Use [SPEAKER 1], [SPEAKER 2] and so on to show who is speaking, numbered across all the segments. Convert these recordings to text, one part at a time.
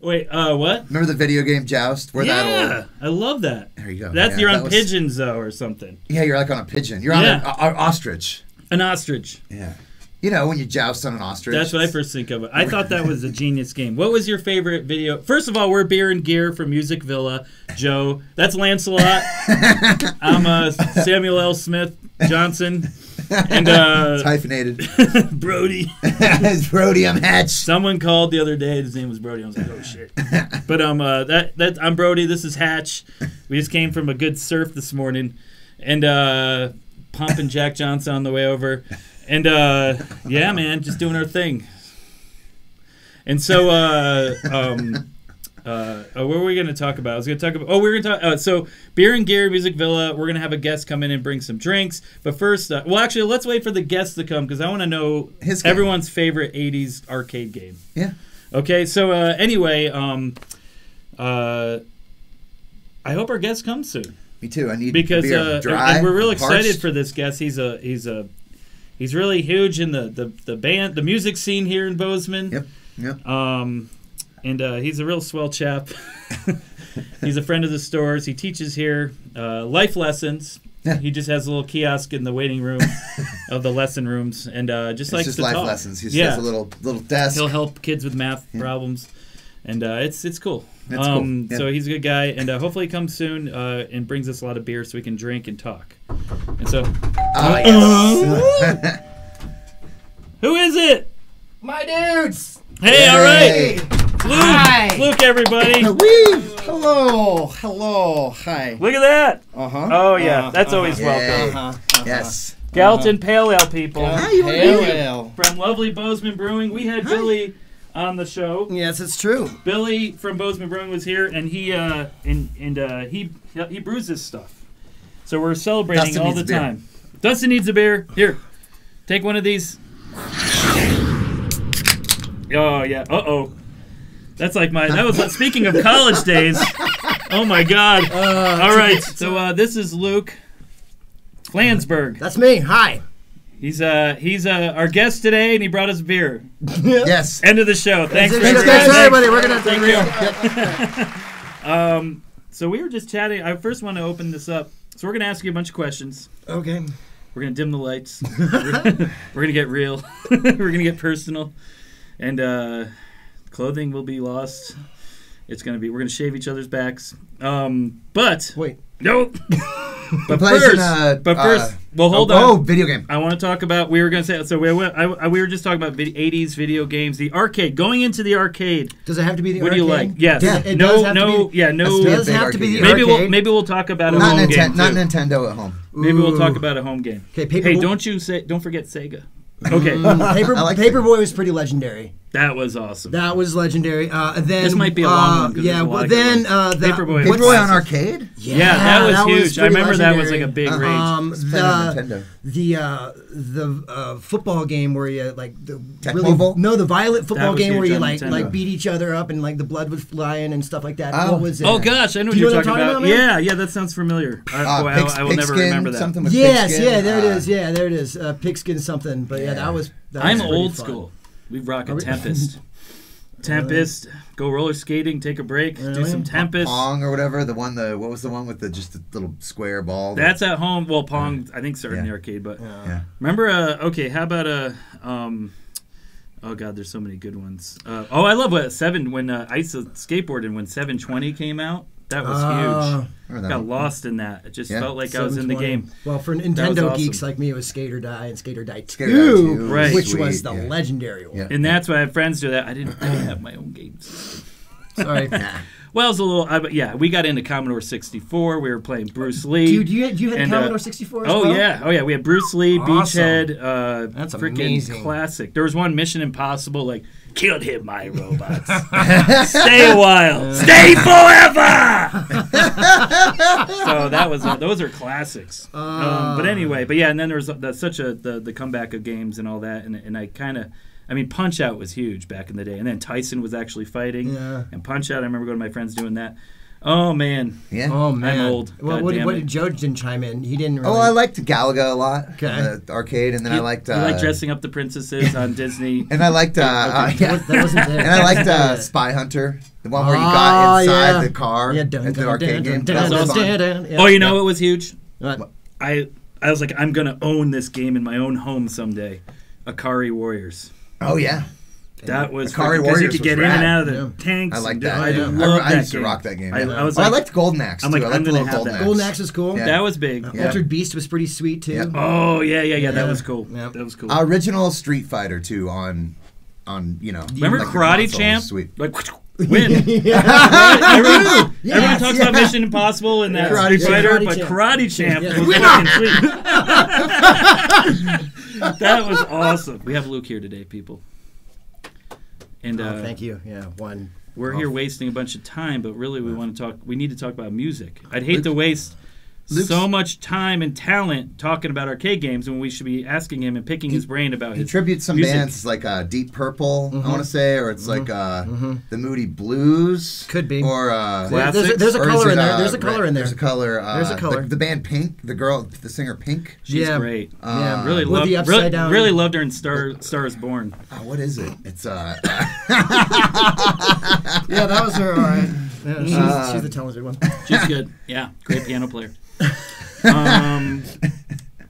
[SPEAKER 1] Wait, uh, what?
[SPEAKER 2] Remember the video game Joust? Where that
[SPEAKER 1] yeah,
[SPEAKER 2] old,
[SPEAKER 1] I love that.
[SPEAKER 2] There you go,
[SPEAKER 1] That's
[SPEAKER 2] man.
[SPEAKER 1] you're on
[SPEAKER 2] That was-
[SPEAKER 1] pigeons though, or something.
[SPEAKER 2] yeah, you're like on a pigeon. You're on
[SPEAKER 1] Yeah.
[SPEAKER 2] an o- o- ostrich.
[SPEAKER 1] An ostrich.
[SPEAKER 2] Yeah. You know when you joust on an ostrich.
[SPEAKER 1] That's what I first think of. I thought that was a genius game. What was your favorite video? First of all, we're beer and gear from Music Villa. Joe, that's Lancelot. I'm uh, Samuel L. Smith Johnson, and uh,
[SPEAKER 2] It's hyphenated.
[SPEAKER 1] Brody.
[SPEAKER 2] it's Rhodium Hatch.
[SPEAKER 1] Someone called the other day. His name was Brody. I was like, oh shit. But um, uh, that that I'm Brody. This is Hatch. We just came from a good surf this morning, and uh, pumping Jack Johnson on the way over, and uh, yeah, man, just doing our thing. And so, uh, um, uh, oh, what were we going to talk about? I was going to talk about. Oh, we are going to talk. Uh, so, beer and gear, music villa. We're going to have a guest come in and bring some drinks. But first, uh, well, actually, let's wait for the guest to come because I want to know
[SPEAKER 2] His game.
[SPEAKER 1] everyone's favorite '80s arcade game.
[SPEAKER 2] Yeah.
[SPEAKER 1] Okay, so uh, anyway, um, uh, I hope our guest comes soon
[SPEAKER 2] Me too. I need
[SPEAKER 1] because
[SPEAKER 2] beer.
[SPEAKER 1] uh,
[SPEAKER 2] Dry,
[SPEAKER 1] and- and we're real
[SPEAKER 2] parched.
[SPEAKER 1] excited for this guest. He's a he's a he's really huge in the the, the band the music scene here in Bozeman.
[SPEAKER 2] Yep. Yep.
[SPEAKER 1] Um, and uh, he's a real swell chap. he's a friend of the stores. He teaches here uh, life lessons.
[SPEAKER 2] Yeah.
[SPEAKER 1] He just has a little kiosk in the waiting room of the lesson rooms, and uh, just
[SPEAKER 2] It's
[SPEAKER 1] likes
[SPEAKER 2] just
[SPEAKER 1] to
[SPEAKER 2] life
[SPEAKER 1] talk.
[SPEAKER 2] lessons. He
[SPEAKER 1] Yeah.
[SPEAKER 2] has a little little desk.
[SPEAKER 1] He'll help kids with math problems, and uh, it's it's cool.
[SPEAKER 2] That's cool.
[SPEAKER 1] um,
[SPEAKER 2] Yeah.
[SPEAKER 1] So he's a good guy, and uh, hopefully he comes soon uh, and brings us a lot of beer so we can drink and talk. And so,
[SPEAKER 2] Ah, yes.
[SPEAKER 1] who is it?
[SPEAKER 3] My dudes!
[SPEAKER 1] Hey, all right,
[SPEAKER 2] Hey.
[SPEAKER 1] Luke,
[SPEAKER 3] Hi.
[SPEAKER 1] Luke, everybody.
[SPEAKER 2] Woo.
[SPEAKER 3] Hello! Hello! Hi.
[SPEAKER 1] Look at that.
[SPEAKER 3] Uh-huh.
[SPEAKER 1] Oh yeah, that's always
[SPEAKER 2] yeah.
[SPEAKER 1] welcome.
[SPEAKER 3] Uh-huh.
[SPEAKER 2] Yes.
[SPEAKER 1] Galton Pale Ale people
[SPEAKER 3] Uh,
[SPEAKER 2] you
[SPEAKER 3] Pale ale.
[SPEAKER 1] from lovely Bozeman Brewing. We had Billy on the show.
[SPEAKER 3] Yes, it's true.
[SPEAKER 1] Billy from Bozeman Brewing was here, and he uh, and and uh, he he brews this stuff. So we're celebrating
[SPEAKER 2] Dustin
[SPEAKER 1] all
[SPEAKER 2] needs
[SPEAKER 1] the
[SPEAKER 2] a beer.
[SPEAKER 1] time. Dustin needs a beer. Here, take one of these. Oh yeah. Uh oh. That's like my. That was speaking of college days. Oh my God. all right. So uh, this is Luke Flansburg.
[SPEAKER 3] That's me. Hi.
[SPEAKER 1] He's uh he's uh our guest today, and he brought us beer.
[SPEAKER 2] Yes.
[SPEAKER 1] End of the show. Thanks, for
[SPEAKER 2] Thanks,
[SPEAKER 1] everybody.
[SPEAKER 2] guys.
[SPEAKER 1] Thanks.
[SPEAKER 2] Everybody, we're gonna
[SPEAKER 1] Thank
[SPEAKER 2] take
[SPEAKER 1] you.
[SPEAKER 2] Yep.
[SPEAKER 1] Um, so we were just chatting. I first want to open this up. So we're gonna ask you a bunch of questions.
[SPEAKER 3] Okay.
[SPEAKER 1] We're gonna dim the lights. we're gonna get real. we're gonna get personal. And uh, clothing will be lost. It's gonna be. We're gonna shave each other's backs. Um, but
[SPEAKER 3] Wait.
[SPEAKER 1] no. but
[SPEAKER 2] Place in,
[SPEAKER 1] first,
[SPEAKER 2] uh,
[SPEAKER 1] but
[SPEAKER 2] uh,
[SPEAKER 1] first, well, hold on.
[SPEAKER 2] oh, video game.
[SPEAKER 1] I want to talk about. We were gonna say. So we went, I, I- we were just talking about vid- '80s video games, the arcade. Going into the arcade.
[SPEAKER 4] Does it have to be the
[SPEAKER 1] What do you
[SPEAKER 4] arcade?
[SPEAKER 1] like? Yes.
[SPEAKER 4] Yeah, it
[SPEAKER 1] no.
[SPEAKER 4] does have to
[SPEAKER 1] no.
[SPEAKER 4] be-
[SPEAKER 1] yeah.
[SPEAKER 2] That's
[SPEAKER 1] No.
[SPEAKER 2] the
[SPEAKER 4] Does
[SPEAKER 2] big
[SPEAKER 4] have to be
[SPEAKER 2] arcade.
[SPEAKER 4] the
[SPEAKER 1] Maybe we'll
[SPEAKER 4] arcade?
[SPEAKER 1] maybe we'll talk about a
[SPEAKER 2] Not,
[SPEAKER 1] home game.
[SPEAKER 2] Ninten- not
[SPEAKER 1] too.
[SPEAKER 2] Nintendo at home.
[SPEAKER 1] Maybe we'll talk
[SPEAKER 4] Ooh.
[SPEAKER 1] about a home game.
[SPEAKER 4] Okay, Paper
[SPEAKER 1] Hey,
[SPEAKER 4] Boy-
[SPEAKER 1] don't you say? Don't forget Sega. Okay,
[SPEAKER 4] Mm, Paper,
[SPEAKER 2] I like
[SPEAKER 4] Paperboy was pretty legendary.
[SPEAKER 1] that was awesome.
[SPEAKER 4] That was legendary. Uh, and then
[SPEAKER 1] This might be a
[SPEAKER 4] uh,
[SPEAKER 1] long one, 'cause
[SPEAKER 4] Yeah,
[SPEAKER 1] there's a lot
[SPEAKER 4] well,
[SPEAKER 1] of
[SPEAKER 4] then
[SPEAKER 1] good
[SPEAKER 4] uh, that,
[SPEAKER 1] Paperboy.
[SPEAKER 4] what's-
[SPEAKER 2] Boy on arcade.
[SPEAKER 4] Yeah,
[SPEAKER 1] yeah, that was huge. I
[SPEAKER 4] pretty
[SPEAKER 1] remember that was like a
[SPEAKER 4] legendary.
[SPEAKER 1] big rage.
[SPEAKER 4] Um,
[SPEAKER 2] playing on Nintendo.
[SPEAKER 4] the the uh, the uh, football game where you like the
[SPEAKER 2] Tecmo
[SPEAKER 4] really
[SPEAKER 2] Bowl?
[SPEAKER 4] no the violent football
[SPEAKER 1] was
[SPEAKER 4] game where
[SPEAKER 1] huge
[SPEAKER 4] you
[SPEAKER 1] on
[SPEAKER 4] like
[SPEAKER 1] Nintendo.
[SPEAKER 4] like beat each other up and like the blood was flying and stuff like that.
[SPEAKER 2] Oh.
[SPEAKER 4] What was it?
[SPEAKER 1] oh gosh, I know what
[SPEAKER 4] Do you
[SPEAKER 1] you're
[SPEAKER 4] know what
[SPEAKER 1] talking
[SPEAKER 4] I'm talking
[SPEAKER 1] about.
[SPEAKER 4] about,
[SPEAKER 1] yeah, yeah, that sounds familiar. I,
[SPEAKER 2] Uh,
[SPEAKER 1] boy, I-
[SPEAKER 2] pigs-
[SPEAKER 1] I, will never
[SPEAKER 2] pigskin,
[SPEAKER 1] remember that.
[SPEAKER 2] Something with
[SPEAKER 4] Yes,
[SPEAKER 2] pigskin.
[SPEAKER 4] yeah, there it
[SPEAKER 2] Uh,
[SPEAKER 4] is. Yeah, there it is. Uh, pigskin something. But yeah,
[SPEAKER 2] Yeah.
[SPEAKER 4] that was. That
[SPEAKER 1] I'm
[SPEAKER 4] was pretty
[SPEAKER 1] old
[SPEAKER 4] fun.
[SPEAKER 1] school. We rock a Tempest. Tempest, go roller skating, take a break, do
[SPEAKER 4] Really?
[SPEAKER 1] some Tempest.
[SPEAKER 2] Pong or whatever. The one, the what was the one with the just the little square ball?
[SPEAKER 1] That's at home. Well, Pong, I think, started in the
[SPEAKER 2] Yeah.
[SPEAKER 1] arcade, but
[SPEAKER 2] yeah.
[SPEAKER 1] Remember, uh, okay, how about a, um, oh god, there's so many good ones. Uh, oh, I love what seven when uh, I skateboarded when 720 came out. That was
[SPEAKER 4] Uh,
[SPEAKER 1] huge.
[SPEAKER 2] Remember that
[SPEAKER 1] Got
[SPEAKER 2] one?
[SPEAKER 1] lost in that. It just
[SPEAKER 2] Yeah.
[SPEAKER 1] felt like I was in the
[SPEAKER 4] 720.
[SPEAKER 1] game.
[SPEAKER 4] Well, for
[SPEAKER 1] That was
[SPEAKER 4] Nintendo
[SPEAKER 1] awesome.
[SPEAKER 4] geeks like me, it was Skater Die and Skater Die 2,
[SPEAKER 2] Skater Die 2 was
[SPEAKER 1] Right.
[SPEAKER 4] which
[SPEAKER 2] sweet,
[SPEAKER 4] was the
[SPEAKER 2] yeah.
[SPEAKER 4] legendary one.
[SPEAKER 2] Yeah.
[SPEAKER 1] And that's why I have friends do that. I didn't I didn't have my own games.
[SPEAKER 4] Sorry.
[SPEAKER 1] Well, it was a little. I, but yeah, we got into Commodore 64. We were playing Bruce Lee.
[SPEAKER 4] Dude, you had, you had
[SPEAKER 1] And, uh,
[SPEAKER 4] Commodore 64 as
[SPEAKER 1] Oh
[SPEAKER 4] well?
[SPEAKER 1] yeah, oh yeah. We had Bruce Lee,
[SPEAKER 4] Awesome.
[SPEAKER 1] Beachhead. Uh,
[SPEAKER 3] That's
[SPEAKER 1] freaking
[SPEAKER 3] amazing.
[SPEAKER 1] Classic. There was one Mission Impossible, like killed him, my robots. Stay a while. Stay forever. so that was uh, those are classics.
[SPEAKER 4] Uh,
[SPEAKER 1] um, but anyway, but yeah, and then there was uh, that's such a the, the comeback of games and all that, and and I kind of. I mean, Punch Out was huge back in the day, and then Tyson was actually fighting,
[SPEAKER 4] Yeah.
[SPEAKER 1] and Punch Out. I remember going to my friends doing that. Oh man,
[SPEAKER 2] Yeah.
[SPEAKER 4] Oh man.
[SPEAKER 1] old.
[SPEAKER 4] Well,
[SPEAKER 1] God
[SPEAKER 4] what,
[SPEAKER 1] damn
[SPEAKER 4] what
[SPEAKER 1] it.
[SPEAKER 4] did Joe didn't chime in? He didn't. Really,
[SPEAKER 2] Oh, I liked Galaga a lot.
[SPEAKER 4] Okay.
[SPEAKER 2] The arcade, and then I liked. Uh,
[SPEAKER 1] You like dressing up the princesses on Disney.
[SPEAKER 2] And I liked. Uh, uh,
[SPEAKER 4] That
[SPEAKER 2] yeah.
[SPEAKER 4] was- that wasn't there.
[SPEAKER 2] And I liked uh, Spy Hunter, the one where you
[SPEAKER 4] Ah,
[SPEAKER 2] got inside
[SPEAKER 4] yeah.
[SPEAKER 2] the car
[SPEAKER 4] Yeah,
[SPEAKER 2] at
[SPEAKER 4] dun,
[SPEAKER 2] the
[SPEAKER 4] dun,
[SPEAKER 2] arcade
[SPEAKER 4] dun,
[SPEAKER 2] game.
[SPEAKER 4] dun,
[SPEAKER 2] That
[SPEAKER 4] dun,
[SPEAKER 2] was
[SPEAKER 4] dun,
[SPEAKER 2] fun.
[SPEAKER 4] dun, dun.
[SPEAKER 1] oh, you know what was huge?
[SPEAKER 4] What?
[SPEAKER 1] I I was like, I'm gonna own this game in my own home someday. Akari Warriors.
[SPEAKER 2] Oh yeah,
[SPEAKER 1] That was
[SPEAKER 2] Akari
[SPEAKER 1] freaking- 'cause You
[SPEAKER 2] Warriors
[SPEAKER 1] could get
[SPEAKER 2] was
[SPEAKER 1] in and
[SPEAKER 2] rad.
[SPEAKER 1] out of the
[SPEAKER 4] Yeah.
[SPEAKER 1] tanks.
[SPEAKER 2] I like
[SPEAKER 1] and-
[SPEAKER 2] that.
[SPEAKER 1] I
[SPEAKER 2] yeah.
[SPEAKER 1] love
[SPEAKER 2] I, I
[SPEAKER 1] that
[SPEAKER 2] used
[SPEAKER 1] game.
[SPEAKER 2] to rock that game.
[SPEAKER 1] I-
[SPEAKER 2] yeah.
[SPEAKER 1] I was
[SPEAKER 2] Oh, I
[SPEAKER 1] like-
[SPEAKER 2] liked Golden Axe
[SPEAKER 1] I'm
[SPEAKER 2] too.
[SPEAKER 1] like,
[SPEAKER 2] I
[SPEAKER 1] I'm
[SPEAKER 2] liked the
[SPEAKER 1] gonna
[SPEAKER 2] little
[SPEAKER 1] have
[SPEAKER 2] Golden
[SPEAKER 1] that.
[SPEAKER 2] Axe.
[SPEAKER 4] Golden Axe was cool.
[SPEAKER 2] Yeah.
[SPEAKER 1] That was big.
[SPEAKER 4] Uh,
[SPEAKER 2] Yeah.
[SPEAKER 4] Altered Beast was pretty sweet too.
[SPEAKER 2] Yeah.
[SPEAKER 1] Oh yeah, yeah, yeah. That
[SPEAKER 4] Yeah.
[SPEAKER 1] was cool.
[SPEAKER 4] Yeah.
[SPEAKER 1] That was cool.
[SPEAKER 2] Original Street Fighter too on, on you know.
[SPEAKER 1] Remember
[SPEAKER 2] like the
[SPEAKER 1] Karate
[SPEAKER 2] console,
[SPEAKER 1] Champ?
[SPEAKER 2] Sweet.
[SPEAKER 1] Like win. Right? everyone, everyone talks about
[SPEAKER 4] yeah.
[SPEAKER 1] Mission Impossible and that
[SPEAKER 4] Karate
[SPEAKER 1] Street
[SPEAKER 4] Champ.
[SPEAKER 1] Fighter, but
[SPEAKER 4] Karate Champ.
[SPEAKER 1] Karate Champ
[SPEAKER 4] Yeah.
[SPEAKER 1] was fucking sweet. that was awesome. We have Luke here today, people. And uh,
[SPEAKER 4] Oh, thank you. Yeah, one.
[SPEAKER 1] we're here wasting a bunch of time, but really we want to talk. We need to talk about music. I'd hate to waste so much time and talent talking about arcade games when we should be asking him and picking his brain about
[SPEAKER 2] He
[SPEAKER 1] his.
[SPEAKER 2] tributes some
[SPEAKER 1] Music.
[SPEAKER 2] bands like uh, Deep Purple,
[SPEAKER 4] Mm-hmm.
[SPEAKER 2] I want to say, or it's like uh, the Moody Blues.
[SPEAKER 4] Could be.
[SPEAKER 2] Or
[SPEAKER 1] Wow.
[SPEAKER 2] uh,
[SPEAKER 4] There's, a-
[SPEAKER 1] Classics?
[SPEAKER 4] there's a
[SPEAKER 2] or is
[SPEAKER 4] color
[SPEAKER 2] it,
[SPEAKER 4] in there.
[SPEAKER 2] uh,
[SPEAKER 4] There's a
[SPEAKER 2] Ra-
[SPEAKER 4] color in there.
[SPEAKER 2] There's a color. Uh,
[SPEAKER 4] There's a
[SPEAKER 2] the-
[SPEAKER 4] color.
[SPEAKER 2] The, band Pink, the girl, the singer Pink. Uh,
[SPEAKER 1] She's
[SPEAKER 4] Yeah.
[SPEAKER 1] great.
[SPEAKER 4] Yeah.
[SPEAKER 1] Really
[SPEAKER 4] With
[SPEAKER 1] loved,
[SPEAKER 4] the upside
[SPEAKER 1] really,
[SPEAKER 4] down-
[SPEAKER 1] really loved her in Star Star is Born.
[SPEAKER 2] Oh, what is it? It's uh,
[SPEAKER 4] yeah, that was her. All right. Yeah, she's, she's the talented one.
[SPEAKER 1] She's good. Yeah, great piano player. Um,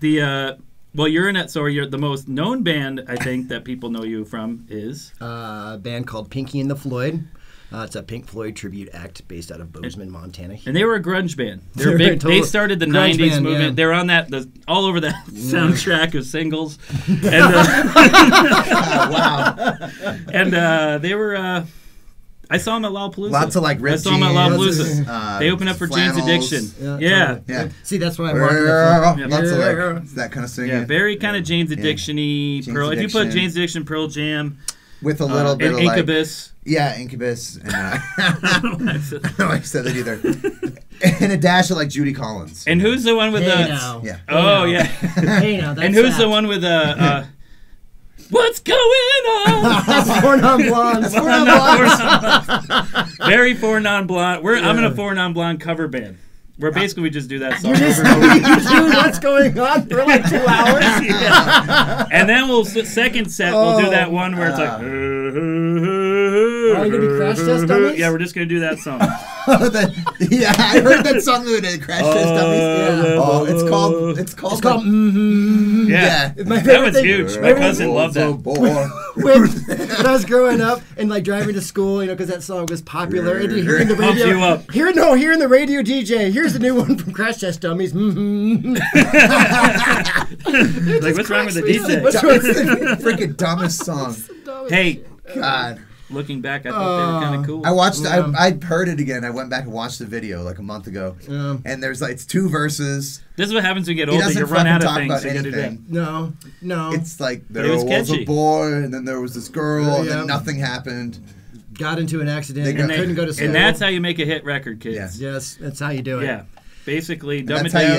[SPEAKER 1] the uh, well, you're in it. So you're the most known band I think that people know you from is
[SPEAKER 4] Uh, a band called Pinky and the Floyd. Uh, it's a Pink Floyd tribute act based out of Bozeman, Montana.
[SPEAKER 1] And they were a grunge band. They were
[SPEAKER 4] They were
[SPEAKER 1] big.
[SPEAKER 4] a
[SPEAKER 1] they
[SPEAKER 4] total
[SPEAKER 1] started the
[SPEAKER 4] grunge
[SPEAKER 1] '90s
[SPEAKER 4] band,
[SPEAKER 1] movement.
[SPEAKER 4] yeah.
[SPEAKER 1] They're on that the, all over that soundtrack of singles. And, uh,
[SPEAKER 2] wow.
[SPEAKER 1] and uh, they were. Uh, I saw them at Lollapalooza.
[SPEAKER 2] Lots of like
[SPEAKER 1] I
[SPEAKER 2] ripped
[SPEAKER 1] saw them at
[SPEAKER 2] jeans,
[SPEAKER 1] Lollapalooza.
[SPEAKER 2] uh,
[SPEAKER 1] they opened up for Jane's
[SPEAKER 2] flannels.
[SPEAKER 1] Addiction. Yeah.
[SPEAKER 4] Yeah,
[SPEAKER 1] Yeah,
[SPEAKER 4] totally.
[SPEAKER 2] Yeah.
[SPEAKER 4] See, that's why I walked in the
[SPEAKER 2] Girl,
[SPEAKER 4] floor.
[SPEAKER 2] Lots of
[SPEAKER 4] Yeah.
[SPEAKER 2] like that kind of singing
[SPEAKER 1] very kind of Jane's Addiction-y.
[SPEAKER 2] Jane's
[SPEAKER 1] Pearl. If you put
[SPEAKER 2] Addiction.
[SPEAKER 1] Jane's Addiction, Pearl Jam,
[SPEAKER 2] with a little
[SPEAKER 1] uh,
[SPEAKER 2] bit
[SPEAKER 1] and
[SPEAKER 2] of like
[SPEAKER 1] Incubus.
[SPEAKER 2] yeah, Incubus. And, uh, I don't know why I said that either. and a dash of like Judy Collins.
[SPEAKER 1] And who's the one with
[SPEAKER 4] Hey
[SPEAKER 1] the?
[SPEAKER 4] now.
[SPEAKER 2] yeah.
[SPEAKER 1] Oh
[SPEAKER 4] Hey
[SPEAKER 1] yeah.
[SPEAKER 4] Hey now, that's
[SPEAKER 1] and who's
[SPEAKER 4] that.
[SPEAKER 1] the one with the? Uh, What's going on?
[SPEAKER 4] Born on blonde.
[SPEAKER 1] Four non blondes. Very four non blonde. We're I'm in a four non blonde cover band. Where basically we just do that song over and over.
[SPEAKER 4] Dude, what's going on for like two hours?
[SPEAKER 1] Yeah. And then we'll s- second set we'll do that one where it's like.
[SPEAKER 2] Oh,
[SPEAKER 1] Are
[SPEAKER 4] you gonna be crash test dummies?
[SPEAKER 1] Yeah, we're just gonna do that song.
[SPEAKER 2] The- Oh, yeah, I heard that song when it crashed Test Dummies.
[SPEAKER 1] Uh,
[SPEAKER 2] Oh, it's called. It's called.
[SPEAKER 4] It's called mm-hmm.
[SPEAKER 1] Yeah.
[SPEAKER 4] My
[SPEAKER 1] That
[SPEAKER 4] favorite
[SPEAKER 1] was
[SPEAKER 4] thing-
[SPEAKER 1] huge.
[SPEAKER 4] my
[SPEAKER 1] My
[SPEAKER 4] favorite
[SPEAKER 1] cousin
[SPEAKER 4] thing-
[SPEAKER 1] loved
[SPEAKER 2] Oh,
[SPEAKER 1] that.
[SPEAKER 2] that.
[SPEAKER 4] when, when I was growing up and like driving to school, you know, because that song was popular. And hearing the
[SPEAKER 1] Pumps
[SPEAKER 4] radio,
[SPEAKER 1] you up.
[SPEAKER 4] Here, no, hearing the radio DJ. Here's the new one from Crash Test Dummies. Mm-hmm.
[SPEAKER 1] Like, what's wrong with the
[SPEAKER 4] cracks me up.
[SPEAKER 1] DJ?
[SPEAKER 4] What's
[SPEAKER 2] It's the freaking dumbest song.
[SPEAKER 1] Hey,
[SPEAKER 2] God,
[SPEAKER 1] looking back, I thought they were kind of cool.
[SPEAKER 2] I watched.
[SPEAKER 4] Yeah.
[SPEAKER 2] I I heard it again. I went back and watched the video like a month ago.
[SPEAKER 4] Yeah.
[SPEAKER 2] And there's like it's two verses.
[SPEAKER 1] this is what happens when you get
[SPEAKER 2] He
[SPEAKER 1] older.
[SPEAKER 2] doesn't
[SPEAKER 1] You run
[SPEAKER 2] fucking
[SPEAKER 1] out of
[SPEAKER 2] talk
[SPEAKER 1] things.
[SPEAKER 2] about
[SPEAKER 1] You gotta do that.
[SPEAKER 2] anything.
[SPEAKER 4] No, no.
[SPEAKER 2] It's like
[SPEAKER 1] it
[SPEAKER 2] there
[SPEAKER 1] was
[SPEAKER 2] was,
[SPEAKER 1] catchy.
[SPEAKER 2] a boy, and then there was this girl, and
[SPEAKER 4] Yeah.
[SPEAKER 2] then nothing happened.
[SPEAKER 4] Got into an accident
[SPEAKER 2] They
[SPEAKER 4] and,
[SPEAKER 2] got-
[SPEAKER 4] couldn't go to
[SPEAKER 1] And
[SPEAKER 4] school.
[SPEAKER 1] that's how you make a hit record, kids.
[SPEAKER 4] yes, that's how you do
[SPEAKER 1] Yeah.
[SPEAKER 4] it.
[SPEAKER 1] Basically, dumb
[SPEAKER 2] That's
[SPEAKER 1] it
[SPEAKER 2] how
[SPEAKER 1] down.
[SPEAKER 2] you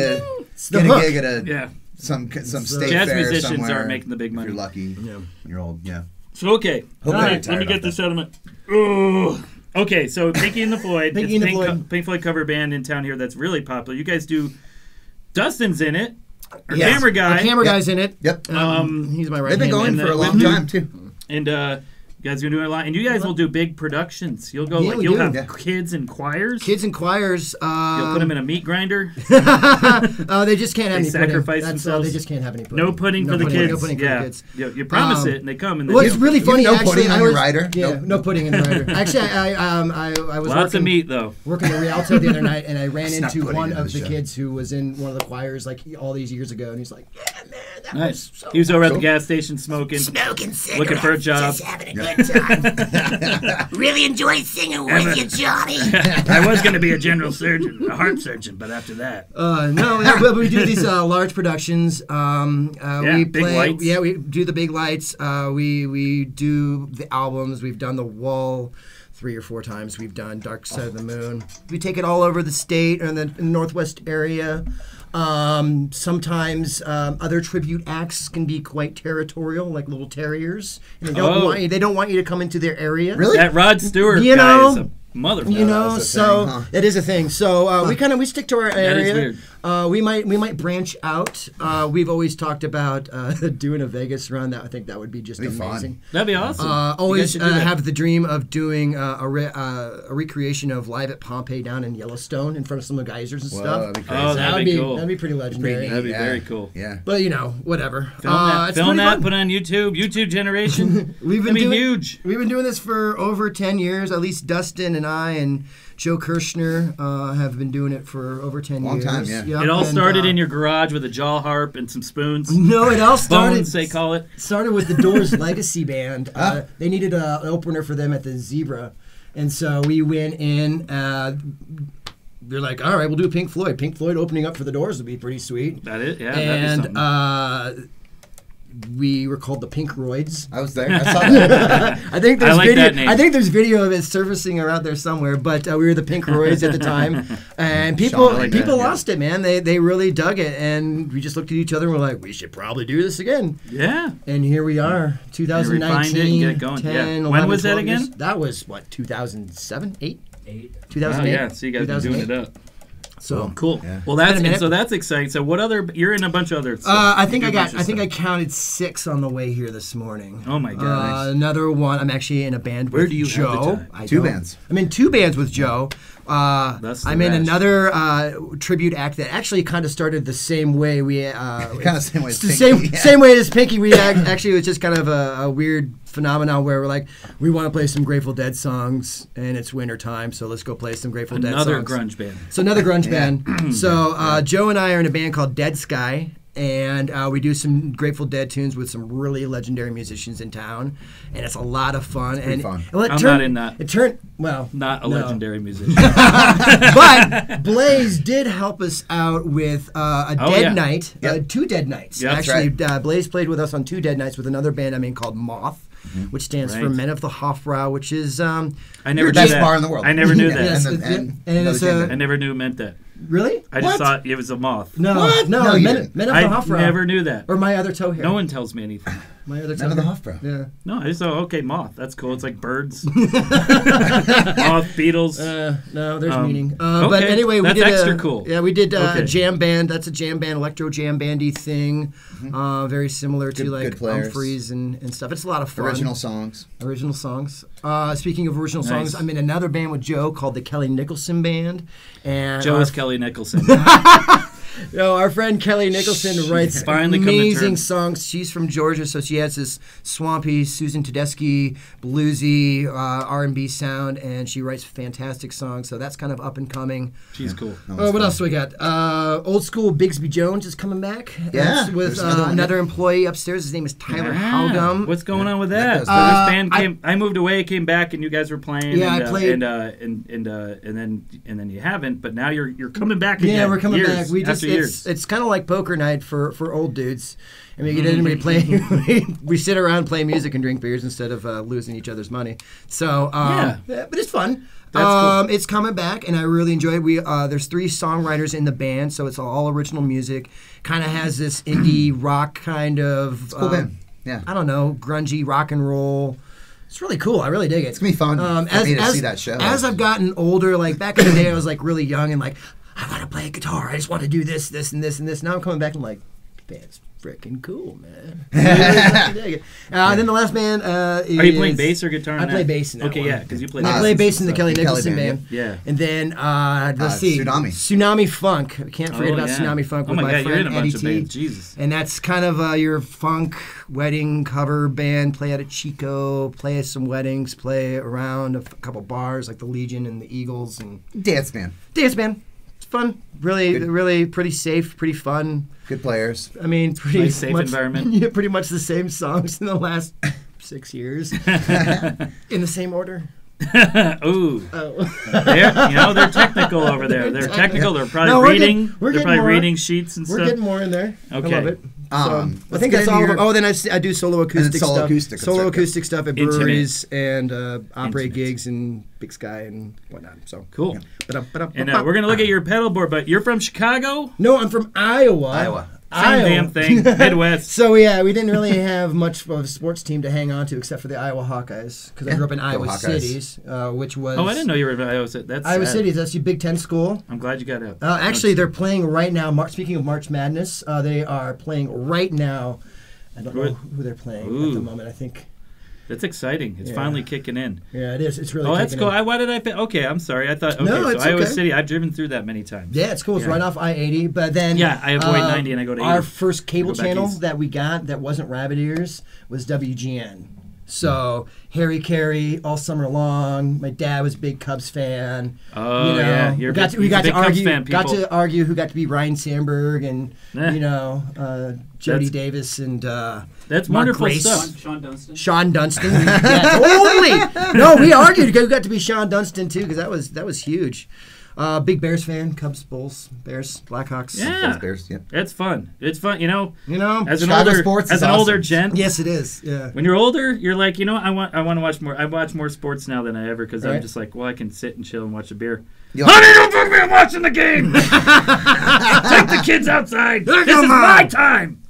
[SPEAKER 4] the
[SPEAKER 2] get a
[SPEAKER 4] hook.
[SPEAKER 2] gig at a
[SPEAKER 1] yeah.
[SPEAKER 2] some some
[SPEAKER 4] So-
[SPEAKER 2] state
[SPEAKER 1] uh, Jazz
[SPEAKER 2] fair
[SPEAKER 1] musicians aren't
[SPEAKER 2] somewhere.
[SPEAKER 1] making the big money.
[SPEAKER 2] If you're lucky.
[SPEAKER 4] Yeah.
[SPEAKER 2] You're old. Yeah.
[SPEAKER 1] So okay,
[SPEAKER 2] Hope
[SPEAKER 1] All
[SPEAKER 2] they're
[SPEAKER 1] right, let
[SPEAKER 2] tired
[SPEAKER 1] me
[SPEAKER 2] of
[SPEAKER 1] get
[SPEAKER 2] that.
[SPEAKER 1] this out of my. Ugh. Okay, so Pinky and the Floyd, it's
[SPEAKER 4] Pinky and the
[SPEAKER 1] Pink,
[SPEAKER 4] Floyd.
[SPEAKER 1] Co- Pink Floyd cover band in town here that's really popular. You guys do. Dustin's in it. Our
[SPEAKER 2] Yes.
[SPEAKER 1] camera guy.
[SPEAKER 4] Our camera
[SPEAKER 2] Yep.
[SPEAKER 4] guy's in it.
[SPEAKER 2] Yep.
[SPEAKER 4] Um,
[SPEAKER 1] Um,
[SPEAKER 4] he's my right.
[SPEAKER 2] They've been going
[SPEAKER 1] and
[SPEAKER 2] for
[SPEAKER 1] the-
[SPEAKER 2] a long
[SPEAKER 1] Mhm.
[SPEAKER 2] time too.
[SPEAKER 1] and uh, you guys are doing a lot, and you guys will do big productions. You'll go
[SPEAKER 4] Yeah,
[SPEAKER 1] like
[SPEAKER 4] we
[SPEAKER 1] you'll
[SPEAKER 4] do.
[SPEAKER 1] have
[SPEAKER 2] Yeah.
[SPEAKER 1] kids in choirs.
[SPEAKER 4] Kids and choirs. Um,
[SPEAKER 1] You'll put them in a meat grinder.
[SPEAKER 4] uh, they just can't have
[SPEAKER 1] They
[SPEAKER 4] any pudding.
[SPEAKER 1] sacrifice
[SPEAKER 4] That's, uh,
[SPEAKER 1] themselves.
[SPEAKER 4] they just can't have any pudding.
[SPEAKER 1] No pudding for the
[SPEAKER 4] pudding,
[SPEAKER 1] kids.
[SPEAKER 4] No pudding for
[SPEAKER 1] yeah.
[SPEAKER 4] the kids.
[SPEAKER 1] You, you promise
[SPEAKER 4] Um,
[SPEAKER 1] it, and they come. And they
[SPEAKER 4] Well,
[SPEAKER 1] do.
[SPEAKER 4] it's really funny.
[SPEAKER 2] no
[SPEAKER 4] actually,
[SPEAKER 2] pudding
[SPEAKER 4] I
[SPEAKER 2] on your
[SPEAKER 4] was-
[SPEAKER 2] rider?
[SPEAKER 4] Yeah,
[SPEAKER 2] Nope.
[SPEAKER 4] no pudding in the rider. actually, I, I, um, I, I was
[SPEAKER 1] lots
[SPEAKER 4] working,
[SPEAKER 1] of meat though.
[SPEAKER 4] working at Rialto the other night, and I ran
[SPEAKER 2] Snuck
[SPEAKER 4] into
[SPEAKER 2] pudding
[SPEAKER 4] one
[SPEAKER 2] in
[SPEAKER 4] of
[SPEAKER 2] the
[SPEAKER 4] the
[SPEAKER 2] show.
[SPEAKER 4] kids who was in one of the choirs like all these years ago, and he's like, "Yeah, man, that
[SPEAKER 1] Nice.
[SPEAKER 4] was so
[SPEAKER 1] He was over at the
[SPEAKER 2] Cool.
[SPEAKER 1] gas station smoking.
[SPEAKER 5] smoking cigarettes,
[SPEAKER 1] Looking for a job.
[SPEAKER 5] just having a good time. really enjoy singing with you, Johnny.
[SPEAKER 1] I was going to be a general surgeon, a heart surgeon, but after that,
[SPEAKER 4] Uh, no, yeah, but we do these uh, large productions. Um, uh,
[SPEAKER 1] Yeah,
[SPEAKER 4] we
[SPEAKER 1] big
[SPEAKER 4] play,
[SPEAKER 1] lights.
[SPEAKER 4] Yeah, we do the big lights. Uh, we we do the albums. We've done the wall three or four times. We've done Dark Side of the Moon. We take it all over the state and the northwest area. Um, sometimes um, other tribute acts can be quite territorial, like little terriers. And they don't
[SPEAKER 1] Oh.
[SPEAKER 4] want you. They don't want you to come into their area.
[SPEAKER 2] Really?
[SPEAKER 1] that Rod Stewart
[SPEAKER 4] You
[SPEAKER 1] guy
[SPEAKER 4] know,
[SPEAKER 1] is a motherfucker.
[SPEAKER 4] you know
[SPEAKER 2] that's a
[SPEAKER 4] so
[SPEAKER 2] thing, huh?
[SPEAKER 4] it is a thing so uh, we kind of we stick to our area
[SPEAKER 1] is weird.
[SPEAKER 4] Uh, we might we might branch out uh, we've always talked about uh, doing a vegas run that i think that would be just
[SPEAKER 2] That'd be fun.
[SPEAKER 4] amazing
[SPEAKER 1] That'd be awesome.
[SPEAKER 4] uh,
[SPEAKER 1] You guys
[SPEAKER 4] always
[SPEAKER 1] should
[SPEAKER 4] uh,
[SPEAKER 1] do that.
[SPEAKER 4] have the dream of doing uh, a, re- uh, a recreation of live at pompeii down in yellowstone in front of some geysers and
[SPEAKER 2] Whoa,
[SPEAKER 4] stuff
[SPEAKER 2] that'd be crazy.
[SPEAKER 1] Oh, that'd
[SPEAKER 4] that'd
[SPEAKER 1] be
[SPEAKER 4] be,
[SPEAKER 1] cool.
[SPEAKER 4] that'd be pretty legendary
[SPEAKER 1] That'd be
[SPEAKER 2] Yeah.
[SPEAKER 1] very cool.
[SPEAKER 2] Yeah.
[SPEAKER 4] but you know whatever
[SPEAKER 1] Film
[SPEAKER 4] Uh,
[SPEAKER 1] that,
[SPEAKER 4] it's
[SPEAKER 1] film
[SPEAKER 4] pretty
[SPEAKER 1] that
[SPEAKER 4] fun.
[SPEAKER 1] put on YouTube. YouTube generation.
[SPEAKER 4] We've been
[SPEAKER 1] That'd be
[SPEAKER 4] doing-
[SPEAKER 1] huge.
[SPEAKER 4] We've been doing this for over 10 years. At least Dustin and I and Joe Kirshner uh, have been doing it for over 10
[SPEAKER 2] Long
[SPEAKER 4] years.
[SPEAKER 2] time, yeah.
[SPEAKER 4] Yep,
[SPEAKER 1] It all
[SPEAKER 4] and,
[SPEAKER 1] started
[SPEAKER 4] uh,
[SPEAKER 1] in your garage with a jaw harp and some spoons.
[SPEAKER 4] No, it all started
[SPEAKER 1] Bones, they call it.
[SPEAKER 4] started with the Doors Legacy Band.
[SPEAKER 2] Ah.
[SPEAKER 4] Uh, They needed a, an opener for them at the Zebra. And so we went in. Uh, they're like, all right, we'll do Pink Floyd. Pink Floyd opening up for the Doors would be pretty sweet.
[SPEAKER 1] That is, yeah. that'd be
[SPEAKER 4] and
[SPEAKER 1] something.
[SPEAKER 4] uh, we were called the Pink Roids.
[SPEAKER 2] I was there. I saw that.
[SPEAKER 4] I think there's
[SPEAKER 1] I like
[SPEAKER 4] video.
[SPEAKER 1] that name.
[SPEAKER 4] I think there's video of it surfacing around there somewhere. But uh, we were the Pink Roids at the time, and people
[SPEAKER 2] Sean, I like
[SPEAKER 4] people
[SPEAKER 2] that, yeah.
[SPEAKER 4] lost it, man. They they really dug it, and we just looked at each other and we're like, we should probably do this again.
[SPEAKER 1] yeah.
[SPEAKER 4] And here we are,
[SPEAKER 1] refined it and
[SPEAKER 4] 2019.
[SPEAKER 1] get it going,
[SPEAKER 4] 10,
[SPEAKER 1] yeah.
[SPEAKER 4] 11,
[SPEAKER 1] When was that
[SPEAKER 4] 12 years.
[SPEAKER 1] again?
[SPEAKER 4] That was what 2007, eight.
[SPEAKER 5] Eight.
[SPEAKER 4] 2008.
[SPEAKER 1] Oh, yeah, so you guys been doing it
[SPEAKER 4] 2008.
[SPEAKER 1] up.
[SPEAKER 4] So
[SPEAKER 1] Cool.
[SPEAKER 2] Yeah.
[SPEAKER 1] Well,
[SPEAKER 4] Wait
[SPEAKER 1] that's
[SPEAKER 4] a minute.
[SPEAKER 1] so that's exciting. So what other? You're in a bunch of other.
[SPEAKER 4] Uh,
[SPEAKER 1] stuff.
[SPEAKER 4] I think I
[SPEAKER 1] You do a
[SPEAKER 4] got.
[SPEAKER 1] bunch
[SPEAKER 4] I
[SPEAKER 1] of
[SPEAKER 4] think I
[SPEAKER 1] stuff.
[SPEAKER 4] counted six on the way here this morning.
[SPEAKER 1] Oh my
[SPEAKER 4] Uh,
[SPEAKER 1] god.
[SPEAKER 4] Another one. I'm actually in a band
[SPEAKER 1] Where
[SPEAKER 4] with
[SPEAKER 1] do you have the
[SPEAKER 4] Joe.
[SPEAKER 1] time?
[SPEAKER 4] I
[SPEAKER 2] Two
[SPEAKER 4] don't-
[SPEAKER 2] bands.
[SPEAKER 4] I'm in two bands with Joe. Uh,
[SPEAKER 1] That's the
[SPEAKER 4] I'm in
[SPEAKER 1] rash.
[SPEAKER 4] another uh, tribute act that actually kind of started the same way we. Uh,
[SPEAKER 2] kind of same way.
[SPEAKER 4] it's
[SPEAKER 2] as
[SPEAKER 4] the
[SPEAKER 2] Pinky,
[SPEAKER 4] same
[SPEAKER 2] yeah.
[SPEAKER 4] same way as Pinky. We act, actually it was just kind of a, a weird phenomenon where we're like, we want to play some Grateful Dead songs, and it's winter time, so let's go play some Grateful
[SPEAKER 1] Another
[SPEAKER 4] Dead songs.
[SPEAKER 1] grunge band.
[SPEAKER 4] So another grunge band. so uh, Joe and I are in a band called Dead Sky, and uh, we do some Grateful Dead tunes with some really legendary musicians in town, and it's a lot of fun. and
[SPEAKER 2] fun.
[SPEAKER 4] well, it
[SPEAKER 1] I'm
[SPEAKER 4] turned-
[SPEAKER 1] not in that.
[SPEAKER 4] It turned well,
[SPEAKER 1] Not a
[SPEAKER 4] no.
[SPEAKER 1] legendary musician.
[SPEAKER 4] but Blaze did help us out with uh, a
[SPEAKER 1] Oh,
[SPEAKER 4] Dead
[SPEAKER 1] yeah.
[SPEAKER 4] Night, uh, two Dead Nights.
[SPEAKER 1] Yeah, that's
[SPEAKER 4] Actually, uh, Blaze played with us on two Dead Nights with another band I'm in called Moth,
[SPEAKER 2] Mm-hmm.
[SPEAKER 4] which stands for
[SPEAKER 1] Right.
[SPEAKER 4] Men of the Hofrau, which is um,
[SPEAKER 1] I never
[SPEAKER 2] Your
[SPEAKER 1] knew
[SPEAKER 2] best
[SPEAKER 1] that.
[SPEAKER 2] bar in the world.
[SPEAKER 1] I never knew
[SPEAKER 2] Yeah.
[SPEAKER 1] that.
[SPEAKER 4] Yes,
[SPEAKER 2] And-
[SPEAKER 4] it-
[SPEAKER 2] and-
[SPEAKER 4] and
[SPEAKER 2] another
[SPEAKER 4] it's a-
[SPEAKER 1] I
[SPEAKER 2] gender.
[SPEAKER 1] never knew it meant that.
[SPEAKER 4] really
[SPEAKER 1] I just thought it was a moth.
[SPEAKER 4] no,
[SPEAKER 2] What?
[SPEAKER 4] no,
[SPEAKER 2] No, you
[SPEAKER 4] Men,
[SPEAKER 2] didn't.
[SPEAKER 4] Men of the
[SPEAKER 1] I
[SPEAKER 4] Hofrau.
[SPEAKER 1] never knew that.
[SPEAKER 4] Or my other toe hair.
[SPEAKER 1] No one tells me anything.
[SPEAKER 4] My other toe
[SPEAKER 2] None of the
[SPEAKER 4] hair.
[SPEAKER 2] Hofbra.
[SPEAKER 4] Yeah.
[SPEAKER 1] No, I just thought, okay, moth. That's cool. It's like birds, moth, beetles.
[SPEAKER 4] Uh, no, there's
[SPEAKER 1] Um,
[SPEAKER 4] meaning. Uh, But
[SPEAKER 1] okay,
[SPEAKER 4] anyway, we
[SPEAKER 1] that's
[SPEAKER 4] did
[SPEAKER 1] extra
[SPEAKER 4] a,
[SPEAKER 1] cool.
[SPEAKER 4] Yeah, we did uh,
[SPEAKER 1] Okay.
[SPEAKER 4] a jam band. That's a jam band, electro jam bandy thing. Uh, very
[SPEAKER 2] Mm-hmm.
[SPEAKER 4] similar
[SPEAKER 2] Good-
[SPEAKER 4] to like
[SPEAKER 2] good players.
[SPEAKER 4] Humphreys and, and stuff. It's a lot of fun.
[SPEAKER 2] Original songs.
[SPEAKER 4] Original songs. Uh, speaking of original songs,
[SPEAKER 1] Nice.
[SPEAKER 4] I'm in another band with Joe called the Kelly Nicholson Band, and
[SPEAKER 1] Joe
[SPEAKER 4] our,
[SPEAKER 1] is Kelly Nicholson.
[SPEAKER 4] you know, our friend Kelly Nicholson writes
[SPEAKER 1] finally come to
[SPEAKER 4] amazing
[SPEAKER 1] terms.
[SPEAKER 4] songs. She's from Georgia, so she has this swampy Susan Tedeschi bluesy uh, R&B sound, and she writes fantastic songs. So that's kind of up and coming.
[SPEAKER 1] She's cool.
[SPEAKER 2] No,
[SPEAKER 4] Uh,
[SPEAKER 2] it's
[SPEAKER 4] what
[SPEAKER 2] fun.
[SPEAKER 4] else do we got? Uh, old school Bigsby Jones is coming back.
[SPEAKER 2] Yeah,
[SPEAKER 4] That's with
[SPEAKER 2] there's
[SPEAKER 4] uh,
[SPEAKER 2] another
[SPEAKER 4] another,
[SPEAKER 2] one.
[SPEAKER 4] employee upstairs. His name is Tyler
[SPEAKER 1] Ah,
[SPEAKER 4] Halgum.
[SPEAKER 1] What's going on with that?
[SPEAKER 2] does-
[SPEAKER 1] so
[SPEAKER 2] Uh,
[SPEAKER 1] this band
[SPEAKER 4] I-
[SPEAKER 1] came. I, moved away, came back, and you guys were playing.
[SPEAKER 4] Yeah,
[SPEAKER 1] and,
[SPEAKER 4] I
[SPEAKER 1] uh,
[SPEAKER 4] played-
[SPEAKER 1] and uh, and and uh, and then and then you haven't. But now you're you're coming back again.
[SPEAKER 4] Yeah, we're coming
[SPEAKER 1] years
[SPEAKER 4] back. We just
[SPEAKER 1] after
[SPEAKER 4] it's,
[SPEAKER 1] years.
[SPEAKER 4] it's kind of like poker night for for old dudes. I mean, you
[SPEAKER 1] Mm-hmm.
[SPEAKER 4] get anybody playing. we, we sit around play music and drink beers instead of uh, losing each other's money. So um, yeah, but it's fun.
[SPEAKER 1] That's cool.
[SPEAKER 4] um, It's coming back, and I really enjoy it. We uh, there's three songwriters in the band, so it's all original music. Kind of has this indie rock kind of.
[SPEAKER 2] Cool
[SPEAKER 4] um,
[SPEAKER 2] band. Yeah.
[SPEAKER 4] I don't know, grungy rock and roll. It's really cool. I really dig it. It's
[SPEAKER 2] gonna be fun for me to see that show.
[SPEAKER 4] Um, As I've gotten older, like back in the day, I was like really young and like I want to play guitar. I just want to do this, this, and this, and this. Now I'm coming back and like, band's freaking cool, man. I really fucking dig it. uh, and then the last band uh, is,
[SPEAKER 1] Are you playing bass or guitar? in
[SPEAKER 4] I
[SPEAKER 1] that?
[SPEAKER 4] play bass in that
[SPEAKER 1] Okay,
[SPEAKER 4] one.
[SPEAKER 1] yeah, because you play.
[SPEAKER 4] And I
[SPEAKER 2] Ah,
[SPEAKER 1] bass.
[SPEAKER 4] play
[SPEAKER 2] that's-
[SPEAKER 4] bass in the
[SPEAKER 2] that's
[SPEAKER 4] Kelly
[SPEAKER 2] the Kelly
[SPEAKER 4] Nicholson
[SPEAKER 2] band,
[SPEAKER 4] band.
[SPEAKER 1] yeah. Yeah.
[SPEAKER 4] And then uh, let's
[SPEAKER 2] Uh,
[SPEAKER 4] see,
[SPEAKER 2] Tsunami.
[SPEAKER 4] Tsunami Funk. I can't forget
[SPEAKER 1] Oh,
[SPEAKER 4] about
[SPEAKER 1] yeah.
[SPEAKER 4] Tsunami Funk
[SPEAKER 1] Oh
[SPEAKER 4] with
[SPEAKER 1] my
[SPEAKER 4] my
[SPEAKER 1] God, you're in
[SPEAKER 4] friend
[SPEAKER 1] a bunch
[SPEAKER 4] Eddie
[SPEAKER 1] of
[SPEAKER 4] T.
[SPEAKER 1] bands. Jesus.
[SPEAKER 4] And that's kind of uh, your funk wedding cover band. Play out at Chico, play at some weddings, play around a f- couple bars like the Legion and the Eagles and
[SPEAKER 2] Dance man.
[SPEAKER 4] dance band. It's fun, really,
[SPEAKER 2] Good.
[SPEAKER 4] really pretty safe, pretty fun.
[SPEAKER 2] Good players.
[SPEAKER 4] I mean, pretty
[SPEAKER 1] Nice safe
[SPEAKER 4] much,
[SPEAKER 1] environment.
[SPEAKER 4] Yeah, pretty much the same songs in the last six years, in the same order.
[SPEAKER 1] Ooh,
[SPEAKER 4] Oh.
[SPEAKER 1] they're, you know they're technical over there. They're technical. They're probably
[SPEAKER 4] No, we're
[SPEAKER 1] reading.
[SPEAKER 4] getting- we're
[SPEAKER 1] they're
[SPEAKER 4] getting
[SPEAKER 1] probably
[SPEAKER 4] more.
[SPEAKER 1] reading sheets and
[SPEAKER 4] We're
[SPEAKER 1] stuff.
[SPEAKER 4] getting more in there.
[SPEAKER 1] Okay.
[SPEAKER 4] I love it.
[SPEAKER 2] Um,
[SPEAKER 4] I
[SPEAKER 2] let's
[SPEAKER 4] think
[SPEAKER 2] get
[SPEAKER 4] that's
[SPEAKER 2] into
[SPEAKER 4] all.
[SPEAKER 2] your-
[SPEAKER 4] oh, then I, s- I do solo acoustic
[SPEAKER 2] solo
[SPEAKER 4] stuff.
[SPEAKER 2] acoustic
[SPEAKER 4] solo
[SPEAKER 2] concerto.
[SPEAKER 4] acoustic stuff at
[SPEAKER 1] Intimate.
[SPEAKER 4] breweries and uh, opera
[SPEAKER 1] Intimate.
[SPEAKER 4] gigs and Big Sky and whatnot. So
[SPEAKER 1] Cool.
[SPEAKER 4] Ba-dum, ba-dum,
[SPEAKER 1] And uh,
[SPEAKER 4] ba-bum.
[SPEAKER 1] we're gonna look at your pedal board, but you're from Chicago.
[SPEAKER 4] No, I'm from Iowa.
[SPEAKER 2] Iowa. Same
[SPEAKER 1] Same damn thing. Midwest.
[SPEAKER 4] So yeah, we didn't really have much of a sports team to hang on to except for the Iowa Hawkeyes because I grew up in Iowa
[SPEAKER 2] Hawkeyes.
[SPEAKER 4] Cities, uh, which was
[SPEAKER 1] Oh, I didn't know you were from Iowa City. That's
[SPEAKER 4] Iowa
[SPEAKER 1] sad.
[SPEAKER 4] Cities. That's the Big Ten school.
[SPEAKER 1] I'm glad you got out.
[SPEAKER 4] Uh, actually, they're playing right now. Mar- speaking of March Madness, uh, they are playing right now. I don't know
[SPEAKER 1] Good.
[SPEAKER 4] who they're playing at the
[SPEAKER 1] Ooh.
[SPEAKER 4] moment. I think
[SPEAKER 1] that's exciting. It's
[SPEAKER 4] Yeah.
[SPEAKER 1] finally kicking in.
[SPEAKER 4] yeah, it is. It's really.
[SPEAKER 1] Oh, that's
[SPEAKER 4] kicking
[SPEAKER 1] cool.
[SPEAKER 4] in.
[SPEAKER 1] I, why did I? Pay? Okay, I'm sorry. I thought okay.
[SPEAKER 4] No,
[SPEAKER 1] so
[SPEAKER 4] it's
[SPEAKER 1] Iowa
[SPEAKER 4] okay.
[SPEAKER 1] City. I've driven through that many times.
[SPEAKER 4] Yeah, it's cool. It's
[SPEAKER 1] Yeah.
[SPEAKER 4] right off I eighty, but then uh,
[SPEAKER 1] Yeah, I avoid 90 and I go to
[SPEAKER 4] Our
[SPEAKER 1] 80.
[SPEAKER 4] first cable
[SPEAKER 1] Go back
[SPEAKER 4] channel
[SPEAKER 1] east.
[SPEAKER 4] that we got that wasn't rabbit ears was WGN. So
[SPEAKER 1] Hmm.
[SPEAKER 4] Harry Carey all summer long. My dad was a big Cubs fan.
[SPEAKER 1] Oh, yeah. You're a
[SPEAKER 4] we got
[SPEAKER 1] big-
[SPEAKER 4] to, we
[SPEAKER 1] he's a
[SPEAKER 4] got to
[SPEAKER 1] big Cubs
[SPEAKER 4] argue.
[SPEAKER 1] fan,
[SPEAKER 4] got
[SPEAKER 1] people.
[SPEAKER 4] to argue who got to be Ryan Sandberg and
[SPEAKER 1] Eh.
[SPEAKER 4] you know uh, Jody
[SPEAKER 1] That's-
[SPEAKER 4] Davis and uh,
[SPEAKER 1] That's
[SPEAKER 4] Mark
[SPEAKER 1] wonderful
[SPEAKER 4] Grace.
[SPEAKER 1] stuff.
[SPEAKER 6] Sean Dunstan.
[SPEAKER 4] Sean Dunston. We- yeah, totally. No, we argued because we got to be Sean Dunston too because that was that was huge. Uh, big Bears fan, Cubs, Bulls, Bears, Blackhawks.
[SPEAKER 2] Bulls,
[SPEAKER 1] Yeah,
[SPEAKER 2] Bears, yeah.
[SPEAKER 1] it's fun. It's fun. You know,
[SPEAKER 4] You know,
[SPEAKER 1] as an
[SPEAKER 2] Chicago
[SPEAKER 1] older
[SPEAKER 2] sports
[SPEAKER 1] as
[SPEAKER 2] is
[SPEAKER 1] an older
[SPEAKER 2] awesome.
[SPEAKER 1] gent,
[SPEAKER 4] yes, it is. Yeah.
[SPEAKER 1] when you're older, you're like, you know, I want I want to watch more. I watch more sports now than I ever because
[SPEAKER 4] Right.
[SPEAKER 1] I'm just like, well, I can sit and chill and watch a beer.
[SPEAKER 2] You know-
[SPEAKER 1] Honey, don't put me on watching the game. Take the kids outside. This is my time.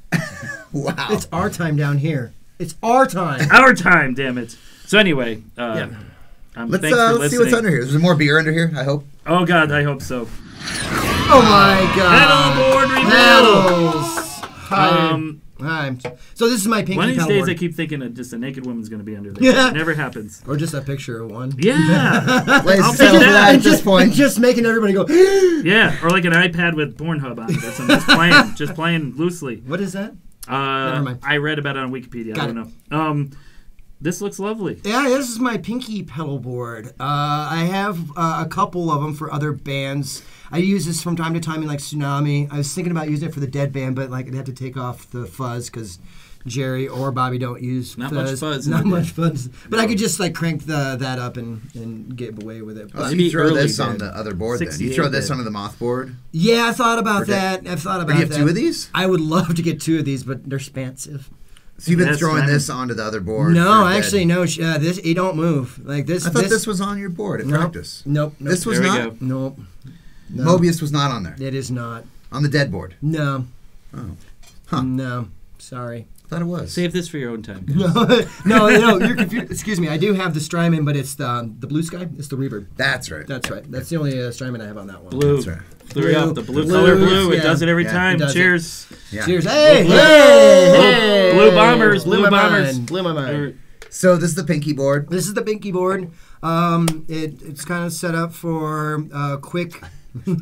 [SPEAKER 2] Wow.
[SPEAKER 4] It's our time down here. It's our time.
[SPEAKER 1] Our time, damn it. So anyway, uh, um,
[SPEAKER 2] Let's
[SPEAKER 1] thanks
[SPEAKER 2] uh,
[SPEAKER 1] for
[SPEAKER 2] let's see
[SPEAKER 1] listening.
[SPEAKER 2] what's under here. There's more beer under here. I hope.
[SPEAKER 1] Oh God, I hope so.
[SPEAKER 4] oh my
[SPEAKER 1] Pedal board
[SPEAKER 4] god.
[SPEAKER 1] review.
[SPEAKER 4] Pedals. Hi.
[SPEAKER 1] Um,
[SPEAKER 4] Hi. So this is my pinky
[SPEAKER 1] one of these
[SPEAKER 4] pedal
[SPEAKER 1] days, I
[SPEAKER 4] board.
[SPEAKER 1] keep thinking that just a naked woman's going to be under there. It never happens.
[SPEAKER 4] or just a picture of one.
[SPEAKER 1] Yeah,
[SPEAKER 2] Let's
[SPEAKER 1] I'll take
[SPEAKER 2] settle for
[SPEAKER 1] that.
[SPEAKER 2] that
[SPEAKER 4] And
[SPEAKER 2] at this
[SPEAKER 4] just, and
[SPEAKER 2] point.
[SPEAKER 4] just making everybody go.
[SPEAKER 1] yeah, or like an iPad with Pornhub on it. That's I'm just playing, just playing loosely.
[SPEAKER 4] what is that?
[SPEAKER 1] Uh,
[SPEAKER 4] Never mind.
[SPEAKER 1] I read about it on Wikipedia. I
[SPEAKER 4] Got
[SPEAKER 1] don't know. Um, this looks lovely.
[SPEAKER 4] Yeah, this is my pinky pedal board. Uh, I have uh, a couple of them for other bands. I use this from time to time in like Tsunami. I was thinking about using it for the Dead band, but like it had to take off the fuzz because Jerry or Bobby don't use
[SPEAKER 1] Not much
[SPEAKER 4] fuzz.
[SPEAKER 1] fuzz in
[SPEAKER 4] Not
[SPEAKER 1] the Dead.
[SPEAKER 4] much fuzz. But I could just like crank the that up and and get away with it.
[SPEAKER 2] Oh, so
[SPEAKER 1] Maybe
[SPEAKER 2] you throw
[SPEAKER 1] early
[SPEAKER 2] this on
[SPEAKER 1] did.
[SPEAKER 2] the other board then. You
[SPEAKER 1] 68
[SPEAKER 2] throw this
[SPEAKER 1] did.
[SPEAKER 2] onto the moth board.
[SPEAKER 4] yeah, I thought about
[SPEAKER 2] Forget-
[SPEAKER 4] that. I've thought
[SPEAKER 2] Or
[SPEAKER 4] about
[SPEAKER 2] do you have
[SPEAKER 4] that.
[SPEAKER 2] two of these?
[SPEAKER 4] I would love to get two of these, but they're expensive.
[SPEAKER 2] So you've been
[SPEAKER 1] That's
[SPEAKER 2] throwing
[SPEAKER 1] fine.
[SPEAKER 2] this onto the other board.
[SPEAKER 4] No,
[SPEAKER 2] for a bit.
[SPEAKER 4] actually, no. sh- Uh, this it don't move like this.
[SPEAKER 2] I thought this, was on your board at
[SPEAKER 4] Nope.
[SPEAKER 2] practice.
[SPEAKER 4] Nope. nope
[SPEAKER 2] This was
[SPEAKER 1] There we
[SPEAKER 2] not.
[SPEAKER 1] go.
[SPEAKER 4] nope. No.
[SPEAKER 2] Mobius was not on there.
[SPEAKER 4] It is not.
[SPEAKER 2] On the dead board.
[SPEAKER 4] No.
[SPEAKER 2] Oh. Huh.
[SPEAKER 4] No. Sorry.
[SPEAKER 2] I thought it was.
[SPEAKER 1] Save this for your own time. guys.
[SPEAKER 4] No, no, no. You're confused. Excuse me. I do have the Strymon, but it's the the blue sky. It's the reverb.
[SPEAKER 2] That's right.
[SPEAKER 4] That's right. That's the only uh, Strymon I have on that one.
[SPEAKER 1] Blue,
[SPEAKER 2] That's right.
[SPEAKER 1] blue,
[SPEAKER 4] Blue.
[SPEAKER 1] up the blue,
[SPEAKER 4] Blue,
[SPEAKER 1] color blue.
[SPEAKER 4] yeah.
[SPEAKER 1] It does it every
[SPEAKER 2] Yeah, it
[SPEAKER 1] time.
[SPEAKER 4] does it.
[SPEAKER 1] Cheers.
[SPEAKER 2] Yeah.
[SPEAKER 4] Cheers. Hey,
[SPEAKER 1] Blue-
[SPEAKER 4] hey,
[SPEAKER 1] blue-
[SPEAKER 4] hey.
[SPEAKER 1] blue bombers,
[SPEAKER 4] Blew
[SPEAKER 1] blue
[SPEAKER 4] my
[SPEAKER 1] bombers. Er,
[SPEAKER 4] mind, Blew my mind.
[SPEAKER 1] Or-
[SPEAKER 2] So this is the pinky board.
[SPEAKER 4] This is the Binky board. Um, it, it's kind of set up for uh, quick,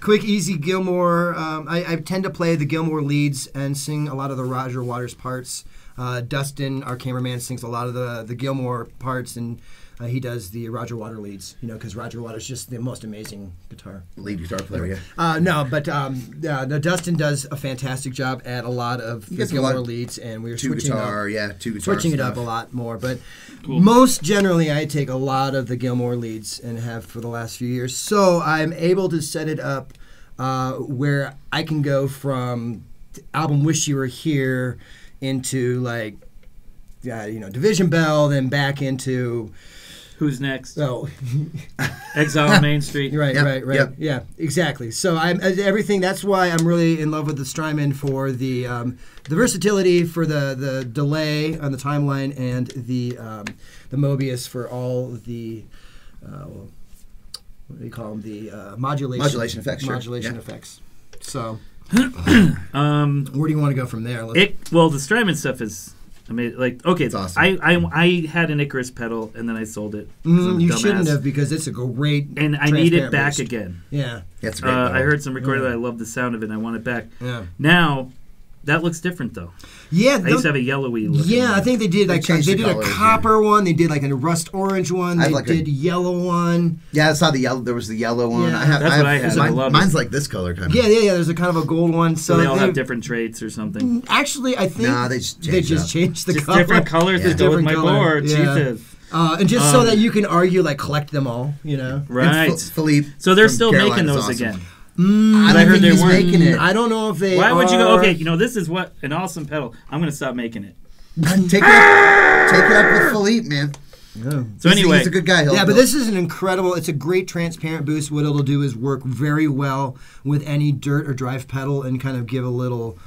[SPEAKER 4] quick, easy Gilmore. Um, I, I tend to play the Gilmore leads and sing a lot of the Roger Waters parts. Uh, Dustin, our cameraman, sings a lot of the the Gilmore parts, and uh, he does the Roger Waters leads. You know, because Roger Waters just the most amazing guitar.
[SPEAKER 2] Lead guitar player. Yeah.
[SPEAKER 4] Uh, no, but um, yeah, no, Dustin does a fantastic job at a lot of the
[SPEAKER 2] gets a lot
[SPEAKER 4] Gilmore
[SPEAKER 2] of
[SPEAKER 4] leads, and we we're
[SPEAKER 2] Two
[SPEAKER 4] switching up-
[SPEAKER 2] guitar. Yeah. Two guitar.
[SPEAKER 4] switching it up a
[SPEAKER 2] stuff.
[SPEAKER 4] lot more. But most generally, I take a lot of the Gilmore leads and have for the last few years. So I'm able to set it up uh, where I can go from the album "Wish You Were Here" into like. Yeah, you know, Division Bell, then back into
[SPEAKER 1] Who's next?
[SPEAKER 4] oh,
[SPEAKER 1] Exile on Main Street.
[SPEAKER 4] right,
[SPEAKER 2] Yep,
[SPEAKER 4] right, right,
[SPEAKER 2] yep.
[SPEAKER 4] yeah, exactly. So I'm as everything. That's why I'm really in love with the Strymon for the um, the versatility, for the the delay on the timeline, and the um, the Mobius for all the. Uh, well, what do you call them? The uh, modulation
[SPEAKER 2] Modulation effects, sure.
[SPEAKER 4] Modulation
[SPEAKER 2] Yeah.
[SPEAKER 4] effects. So,
[SPEAKER 1] Um,
[SPEAKER 4] where do you want to go from there? Let's-
[SPEAKER 1] It well, the Strymon stuff is amazing. Like okay,
[SPEAKER 2] It's awesome.
[SPEAKER 1] I, I I had an Icarus pedal and then I sold it. 'cause I'm
[SPEAKER 4] Mm,
[SPEAKER 1] a
[SPEAKER 4] you
[SPEAKER 1] dumbass.
[SPEAKER 4] shouldn't have because it's a great.
[SPEAKER 1] And I need it
[SPEAKER 4] transparent
[SPEAKER 1] back
[SPEAKER 4] boost.
[SPEAKER 1] again.
[SPEAKER 4] Yeah,
[SPEAKER 2] That's great.
[SPEAKER 1] Uh, I
[SPEAKER 2] pedal.
[SPEAKER 1] heard some recording that I love the sound of it. and I want it back.
[SPEAKER 4] yeah,
[SPEAKER 1] Now, that looks different though.
[SPEAKER 4] yeah.
[SPEAKER 1] I used
[SPEAKER 4] those-
[SPEAKER 1] to have a yellowy. Looking
[SPEAKER 4] Yeah, I
[SPEAKER 1] one.
[SPEAKER 4] think they did
[SPEAKER 2] They
[SPEAKER 4] like they
[SPEAKER 2] changed the
[SPEAKER 4] did a
[SPEAKER 2] colors, yeah.
[SPEAKER 4] copper one, they did like a rust orange one,
[SPEAKER 2] I have,
[SPEAKER 4] they
[SPEAKER 2] like, a-
[SPEAKER 4] did yellow one.
[SPEAKER 2] Yeah, I saw the yellow. There was the yellow one.
[SPEAKER 4] Yeah,
[SPEAKER 2] I have,
[SPEAKER 1] that's
[SPEAKER 2] I have,
[SPEAKER 1] what I had.
[SPEAKER 2] mine-
[SPEAKER 1] I love it.
[SPEAKER 2] mine's like this color kind of.
[SPEAKER 4] Yeah, yeah, yeah. There's a kind of a gold one. So,
[SPEAKER 1] so they all
[SPEAKER 4] they-
[SPEAKER 1] have different traits or something.
[SPEAKER 4] Actually, I think
[SPEAKER 2] Nah, they just
[SPEAKER 4] they
[SPEAKER 2] changed
[SPEAKER 4] just
[SPEAKER 2] up.
[SPEAKER 4] changed the
[SPEAKER 1] Just
[SPEAKER 4] color.
[SPEAKER 1] different colors
[SPEAKER 2] Yeah.
[SPEAKER 1] that go with
[SPEAKER 4] Different
[SPEAKER 1] my
[SPEAKER 4] color,
[SPEAKER 1] board.
[SPEAKER 4] yeah.
[SPEAKER 1] Jesus.
[SPEAKER 4] uh, and just so
[SPEAKER 1] Um,
[SPEAKER 4] that you can argue like collect them all, you know.
[SPEAKER 2] And Phil-
[SPEAKER 1] Right.
[SPEAKER 2] Philippe.
[SPEAKER 1] so they're
[SPEAKER 2] from
[SPEAKER 1] still making
[SPEAKER 2] Carolina's
[SPEAKER 1] those
[SPEAKER 2] awesome.
[SPEAKER 1] again.
[SPEAKER 2] I
[SPEAKER 1] I
[SPEAKER 2] don't
[SPEAKER 1] heard
[SPEAKER 2] think
[SPEAKER 1] they
[SPEAKER 2] he's
[SPEAKER 1] weren't.
[SPEAKER 2] making it.
[SPEAKER 4] Mm, I don't know if they.
[SPEAKER 1] Why would you go?
[SPEAKER 4] are-
[SPEAKER 1] Okay, you know this is what an awesome pedal. I'm gonna stop making it.
[SPEAKER 2] Take it, up, take it up with Philippe, man.
[SPEAKER 1] So anyway,
[SPEAKER 2] he's a good guy. He'll,
[SPEAKER 4] Yeah, but
[SPEAKER 2] he'll-
[SPEAKER 4] this is an incredible. It's a great transparent boost. What it'll do is work very well with any dirt or drive pedal, and kind of give a little.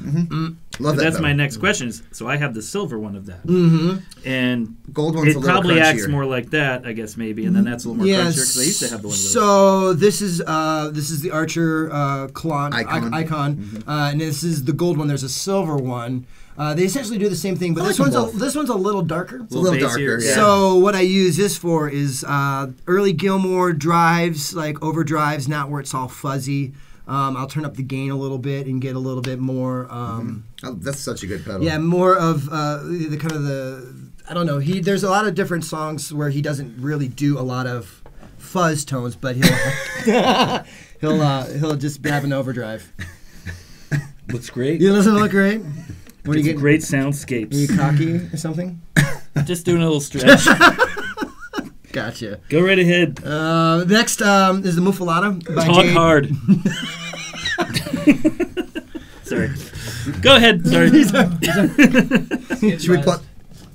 [SPEAKER 2] love that.
[SPEAKER 1] that's
[SPEAKER 2] though.
[SPEAKER 1] my next question. Is, so I have the silver one of that,
[SPEAKER 4] Mm-hmm.
[SPEAKER 1] and
[SPEAKER 2] gold one's a
[SPEAKER 1] it
[SPEAKER 2] little
[SPEAKER 1] probably acts
[SPEAKER 2] crunchier.
[SPEAKER 1] more like that, I guess maybe, and then that's a little more crunchier because I used to have the one of those.
[SPEAKER 4] So this is uh, this is the Archer uh, clon,
[SPEAKER 2] Icon.
[SPEAKER 4] icon, icon uh, and this is the gold one. There's a silver one. Uh, they essentially do the same thing, but
[SPEAKER 2] I
[SPEAKER 4] this
[SPEAKER 2] like
[SPEAKER 4] one's
[SPEAKER 2] them
[SPEAKER 4] a,
[SPEAKER 2] both.
[SPEAKER 4] this one's a little darker.
[SPEAKER 2] a little darker.
[SPEAKER 1] basier,
[SPEAKER 2] Yeah.
[SPEAKER 4] So what I use this for is uh, early Gilmore drives, like overdrives, not where it's all fuzzy. Um, I'll turn up the gain a little bit and get a little bit more. Um,
[SPEAKER 2] Oh, that's such a good pedal.
[SPEAKER 4] Yeah, more of uh, the the kind of the I don't know. He there's a lot of different songs where he doesn't really do a lot of fuzz tones, but he'll he'll uh, he'll just have an overdrive.
[SPEAKER 1] Looks great.
[SPEAKER 4] You listen to look great. What are you
[SPEAKER 1] It's
[SPEAKER 4] getting?
[SPEAKER 1] great
[SPEAKER 4] Are you
[SPEAKER 1] soundscapes.
[SPEAKER 4] cocky or something?
[SPEAKER 1] Just doing a little stretch.
[SPEAKER 4] Gotcha.
[SPEAKER 1] Go right ahead.
[SPEAKER 4] Uh, next um, is the Mufalata by
[SPEAKER 1] Talk
[SPEAKER 4] Jay-
[SPEAKER 1] hard. Sorry. Go ahead. Sorry.
[SPEAKER 2] Should we plug?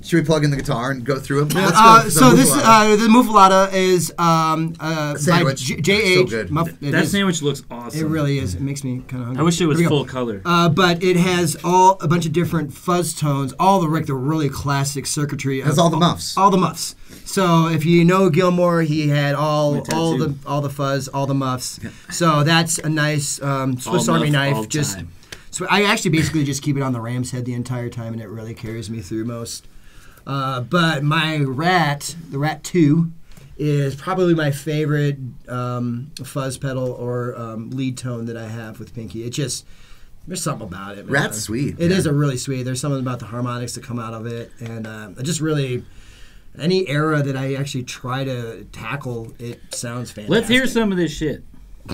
[SPEAKER 2] Should we plug in the guitar and go through them?
[SPEAKER 4] Uh, so this uh, the Mufalata is um, uh, by
[SPEAKER 2] sandwich.
[SPEAKER 4] J- J.H.
[SPEAKER 2] So good.
[SPEAKER 4] Muff- it
[SPEAKER 1] that
[SPEAKER 4] is.
[SPEAKER 1] sandwich looks awesome.
[SPEAKER 4] It really is. It makes me kind of hungry.
[SPEAKER 1] I wish it was
[SPEAKER 4] Here we go.
[SPEAKER 1] full color.
[SPEAKER 4] Uh, but it has all a bunch of different fuzz tones, all the like the really classic circuitry.
[SPEAKER 2] has
[SPEAKER 4] of-
[SPEAKER 2] all the muffs.
[SPEAKER 4] all the muffs. So if you know Gilmore, he had all
[SPEAKER 1] My
[SPEAKER 4] all the
[SPEAKER 1] tattoo.
[SPEAKER 4] all the fuzz, all the muffs. So that's a nice um, Swiss
[SPEAKER 1] All
[SPEAKER 4] Army
[SPEAKER 1] muff, all
[SPEAKER 4] knife. Just
[SPEAKER 1] time.
[SPEAKER 4] so I actually basically just keep it on the ram's head the entire time, and it really carries me through most. Uh, but my rat, the rat two, is probably my favorite um, fuzz pedal or um, lead tone that I have with Pinky. It just there's something about it. man.
[SPEAKER 2] Rat's sweet.
[SPEAKER 4] It is
[SPEAKER 2] yeah.
[SPEAKER 4] a really sweet. There's something about the harmonics that come out of it, and um, I just really any era that I actually try to tackle, it sounds fantastic.
[SPEAKER 1] Let's hear some of this shit.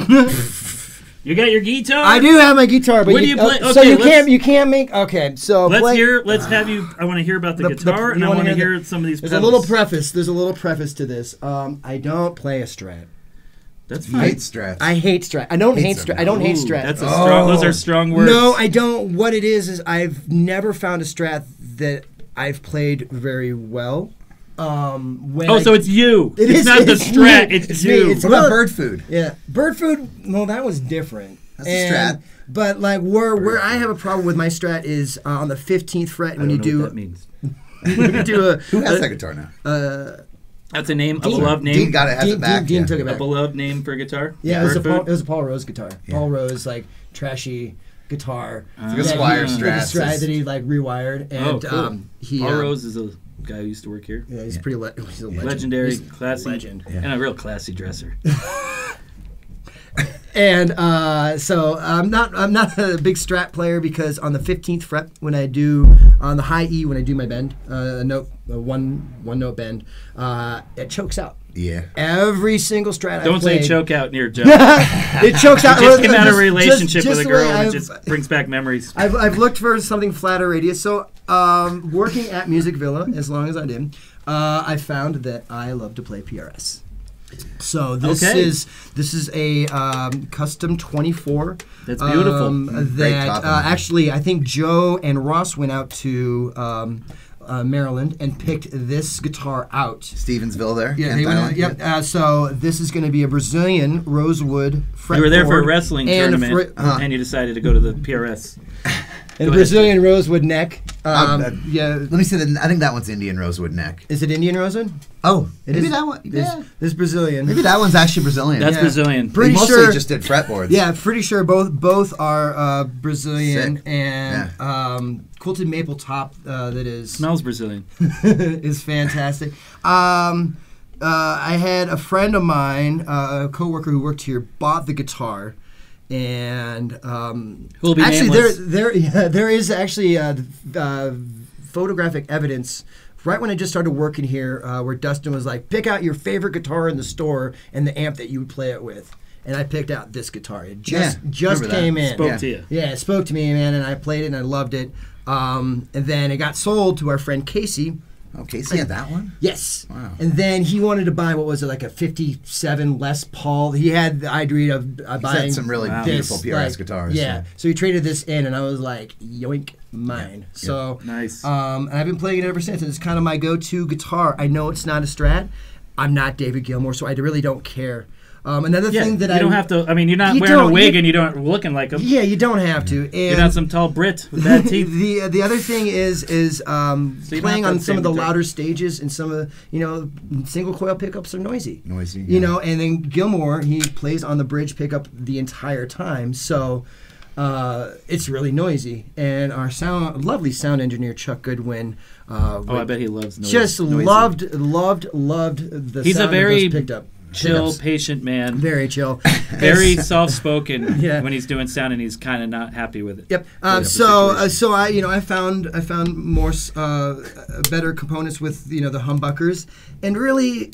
[SPEAKER 1] you got your guitar?
[SPEAKER 4] I do have my guitar, but
[SPEAKER 1] What do you
[SPEAKER 4] oh,
[SPEAKER 1] play-
[SPEAKER 4] so
[SPEAKER 1] okay,
[SPEAKER 4] you
[SPEAKER 1] let's-
[SPEAKER 4] can't you can't make okay. So
[SPEAKER 1] Let's
[SPEAKER 4] play,
[SPEAKER 1] hear. Let's have you. I want to hear about the,
[SPEAKER 4] The- the-
[SPEAKER 1] guitar,
[SPEAKER 4] you
[SPEAKER 1] and I
[SPEAKER 4] wanna
[SPEAKER 1] want to
[SPEAKER 4] hear
[SPEAKER 1] hear some of these.
[SPEAKER 4] There's
[SPEAKER 1] pedals.
[SPEAKER 4] a little preface. There's a little preface to this. Um, I don't play a Strat.
[SPEAKER 1] That's
[SPEAKER 2] You
[SPEAKER 1] fine.
[SPEAKER 2] hate strats.
[SPEAKER 4] I hate Strat. I don't hate,
[SPEAKER 2] Hates
[SPEAKER 4] Strat.
[SPEAKER 2] them.
[SPEAKER 4] I don't hate
[SPEAKER 1] Ooh,
[SPEAKER 4] Strat. Uh,
[SPEAKER 1] That's a strong. Those are strong words.
[SPEAKER 4] No, I don't. What it is is I've never found a Strat that I've played very well. Um, when
[SPEAKER 1] oh,
[SPEAKER 4] I-
[SPEAKER 1] so it's you.
[SPEAKER 4] It
[SPEAKER 1] it's
[SPEAKER 4] is-
[SPEAKER 1] not the
[SPEAKER 4] it's
[SPEAKER 1] strat.
[SPEAKER 4] me.
[SPEAKER 1] It's,
[SPEAKER 4] It's me,
[SPEAKER 1] you.
[SPEAKER 4] it's-
[SPEAKER 2] what about
[SPEAKER 4] well-
[SPEAKER 2] bird food?
[SPEAKER 4] Yeah, bird food. Well, that was different.
[SPEAKER 2] That's a
[SPEAKER 4] And-
[SPEAKER 2] strat.
[SPEAKER 4] But like where where I have a problem with my strat is uh, on the fifteenth fret when you
[SPEAKER 1] I don't know what that
[SPEAKER 4] do
[SPEAKER 1] means.
[SPEAKER 4] when you do a
[SPEAKER 2] Who has that guitar now?
[SPEAKER 1] That's a name. A beloved
[SPEAKER 2] Dean
[SPEAKER 1] name.
[SPEAKER 2] got it. Has
[SPEAKER 4] Dean,
[SPEAKER 2] it back.
[SPEAKER 4] Dean, Dean
[SPEAKER 2] yeah.
[SPEAKER 4] took it
[SPEAKER 1] A
[SPEAKER 4] back.
[SPEAKER 1] beloved name for a guitar.
[SPEAKER 4] Yeah, it was, a
[SPEAKER 1] Bird
[SPEAKER 4] Paul,
[SPEAKER 1] food?
[SPEAKER 4] it was a Paul Rose guitar. Paul Rose like trashy guitar.
[SPEAKER 2] It's like a
[SPEAKER 4] that
[SPEAKER 2] Squire
[SPEAKER 4] he-
[SPEAKER 2] Strat.
[SPEAKER 4] like a Strat that he like rewired and
[SPEAKER 1] Oh, cool.
[SPEAKER 4] um, he.
[SPEAKER 1] Paul
[SPEAKER 4] um,
[SPEAKER 1] Rose is a guy who used to work here.
[SPEAKER 4] Yeah, he's pretty. Le- he's a legend.
[SPEAKER 1] Legendary,
[SPEAKER 4] He's a
[SPEAKER 1] classy,
[SPEAKER 4] Legend.
[SPEAKER 1] and a real classy dresser.
[SPEAKER 4] And uh, so I'm not I'm not a big strat player because on the 15th fret when I do on the high E when I do my bend uh, a note a one one note bend uh, it chokes out
[SPEAKER 2] Yeah.
[SPEAKER 4] every single strat. I
[SPEAKER 1] Don't say
[SPEAKER 4] played,
[SPEAKER 1] choke out near Joe.
[SPEAKER 4] It chokes out.
[SPEAKER 1] just came out of
[SPEAKER 4] Just-
[SPEAKER 1] a relationship
[SPEAKER 4] just-
[SPEAKER 1] with a
[SPEAKER 4] just the way
[SPEAKER 1] girl, and
[SPEAKER 4] I've-
[SPEAKER 1] it just brings back memories.
[SPEAKER 4] I've, I've looked for something flatter radius. So, um, working at Music Villa as long as I did, uh, I found that I love to play PRS. So this
[SPEAKER 1] Okay.
[SPEAKER 4] is this is a um, custom 24.
[SPEAKER 1] That's beautiful.
[SPEAKER 4] um,
[SPEAKER 2] great
[SPEAKER 4] that
[SPEAKER 2] copy.
[SPEAKER 4] uh, actually, I think Joe and Ross went out to um, uh, Maryland and picked this guitar out.
[SPEAKER 2] Stevensville there.
[SPEAKER 4] Yeah,
[SPEAKER 2] Kent
[SPEAKER 4] they went out-
[SPEAKER 2] Island.
[SPEAKER 4] yep. Uh, so this is going to be a Brazilian rosewood.
[SPEAKER 1] You were there for a
[SPEAKER 4] fretboard
[SPEAKER 1] wrestling
[SPEAKER 4] and a uh,
[SPEAKER 1] tournament,
[SPEAKER 4] fret-
[SPEAKER 1] and you decided to go to the PRS.
[SPEAKER 4] and a
[SPEAKER 1] ahead.
[SPEAKER 4] Brazilian rosewood neck. Um,
[SPEAKER 2] Uh, uh,
[SPEAKER 4] yeah,
[SPEAKER 2] Let me see. The, I think that one's Indian rosewood neck.
[SPEAKER 4] Is it Indian rosewood?
[SPEAKER 2] Oh,
[SPEAKER 4] It
[SPEAKER 2] maybe
[SPEAKER 4] is-
[SPEAKER 2] that one.
[SPEAKER 4] This,
[SPEAKER 2] Yeah.
[SPEAKER 4] this Brazilian.
[SPEAKER 2] Maybe that one's actually Brazilian.
[SPEAKER 1] That's
[SPEAKER 4] Yeah.
[SPEAKER 1] Brazilian.
[SPEAKER 2] They
[SPEAKER 4] pretty
[SPEAKER 2] mostly
[SPEAKER 4] sure-
[SPEAKER 2] just did fretboards.
[SPEAKER 4] Yeah, pretty sure both both are uh, Brazilian
[SPEAKER 2] Sick.
[SPEAKER 4] and um, quilted maple top uh, that is
[SPEAKER 1] Smells Brazilian.
[SPEAKER 4] is fantastic. Um, uh, I had a friend of mine, uh, a coworker who worked here, bought the guitar, and um,
[SPEAKER 1] Who will be
[SPEAKER 4] actually
[SPEAKER 1] nameless.
[SPEAKER 4] there there yeah, there is actually uh, uh, photographic evidence. Right when I just started working here, uh, where Dustin was like, "Pick out your favorite guitar in the store and the amp that you would play it with," and I picked out this guitar. It just
[SPEAKER 2] Yeah,
[SPEAKER 4] just
[SPEAKER 2] remember that.
[SPEAKER 4] came in.
[SPEAKER 1] Spoke
[SPEAKER 2] Yeah.
[SPEAKER 1] to you.
[SPEAKER 4] Yeah, it spoke to me, man, and I played it and I loved it. Um, and then it got sold to our friend Casey,
[SPEAKER 2] Oh, Casey had that one?
[SPEAKER 4] Yes.
[SPEAKER 2] Wow.
[SPEAKER 4] And then he wanted to buy what was it like a '57 Les Paul. He had the idea of uh,
[SPEAKER 2] He's
[SPEAKER 4] buying
[SPEAKER 2] had some really
[SPEAKER 4] this,
[SPEAKER 2] beautiful PRS
[SPEAKER 4] like-
[SPEAKER 2] guitars.
[SPEAKER 4] Yeah. So he traded this in, and I was like, yoink, mine. So
[SPEAKER 1] Nice.
[SPEAKER 4] Um, and I've been playing it ever since. and It's kind of my go-to guitar. I know it's not a Strat. I'm not David Gilmour, so I really don't care. Um, another
[SPEAKER 1] yeah,
[SPEAKER 4] thing
[SPEAKER 1] you
[SPEAKER 4] that I
[SPEAKER 1] don't have to. I mean, you're not
[SPEAKER 4] You
[SPEAKER 1] wearing a
[SPEAKER 4] don't-
[SPEAKER 1] wig
[SPEAKER 4] you-
[SPEAKER 1] and you don't looking like a.
[SPEAKER 4] Yeah, you don't have to. And
[SPEAKER 1] You're not some tall Brit with bad teeth.
[SPEAKER 4] the the other thing is is um,
[SPEAKER 1] So you don't
[SPEAKER 4] playing
[SPEAKER 1] have to
[SPEAKER 4] on some of the
[SPEAKER 1] sing with her.
[SPEAKER 4] louder stages and some of the, you know single coil pickups are noisy.
[SPEAKER 2] Noisy,
[SPEAKER 4] You
[SPEAKER 2] yeah.
[SPEAKER 4] know, and then Gilmore he plays on the bridge pickup the entire time, so uh, it's really noisy. And our sound lovely sound engineer Chuck Goodwin. Uh,
[SPEAKER 1] Oh, I bet he loves noise.
[SPEAKER 4] just
[SPEAKER 1] noisy.
[SPEAKER 4] loved loved loved the
[SPEAKER 1] He's a
[SPEAKER 4] sound
[SPEAKER 1] very
[SPEAKER 4] of those picked up
[SPEAKER 1] chill,
[SPEAKER 4] pickups.
[SPEAKER 1] patient man.
[SPEAKER 4] very chill
[SPEAKER 1] very soft spoken
[SPEAKER 4] Yeah.
[SPEAKER 1] when he's doing sound and he's kind of not happy with it.
[SPEAKER 4] Yep. Um, so, uh, so I, you know, I found I found more s- uh, uh, better components with you know the humbuckers, and really,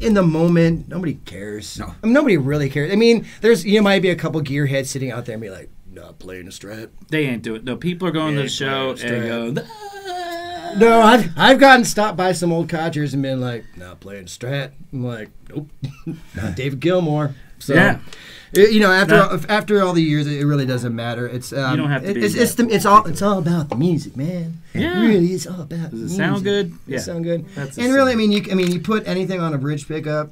[SPEAKER 4] in the moment, nobody cares.
[SPEAKER 2] No.
[SPEAKER 4] I mean, nobody really cares. I mean, there's you know, might be a couple gearheads sitting out there and be like, not playing a strat.
[SPEAKER 1] They ain't do it. No, people are going to the
[SPEAKER 4] Yeah,
[SPEAKER 1] show and
[SPEAKER 4] straight.
[SPEAKER 1] go. "Th-
[SPEAKER 4] No, I've I've gotten stopped by some old codgers and been like, not playing strat. I'm like, nope, not David Gilmore. So,
[SPEAKER 1] Yeah.
[SPEAKER 4] it- you know, after
[SPEAKER 1] Nah.
[SPEAKER 4] all, after all the years, it really doesn't matter. It's um,
[SPEAKER 1] don't have to
[SPEAKER 4] it-
[SPEAKER 1] be
[SPEAKER 4] It's it's,
[SPEAKER 1] that
[SPEAKER 4] the, it's all it's all about the music, man.
[SPEAKER 1] Yeah.
[SPEAKER 4] It really, it's all about.
[SPEAKER 1] Does it sound good?
[SPEAKER 4] Yeah,
[SPEAKER 1] Yeah.
[SPEAKER 4] sound good.
[SPEAKER 1] That's the
[SPEAKER 4] and really, I
[SPEAKER 1] same.
[SPEAKER 4] mean, you I mean, you put anything on a bridge pickup,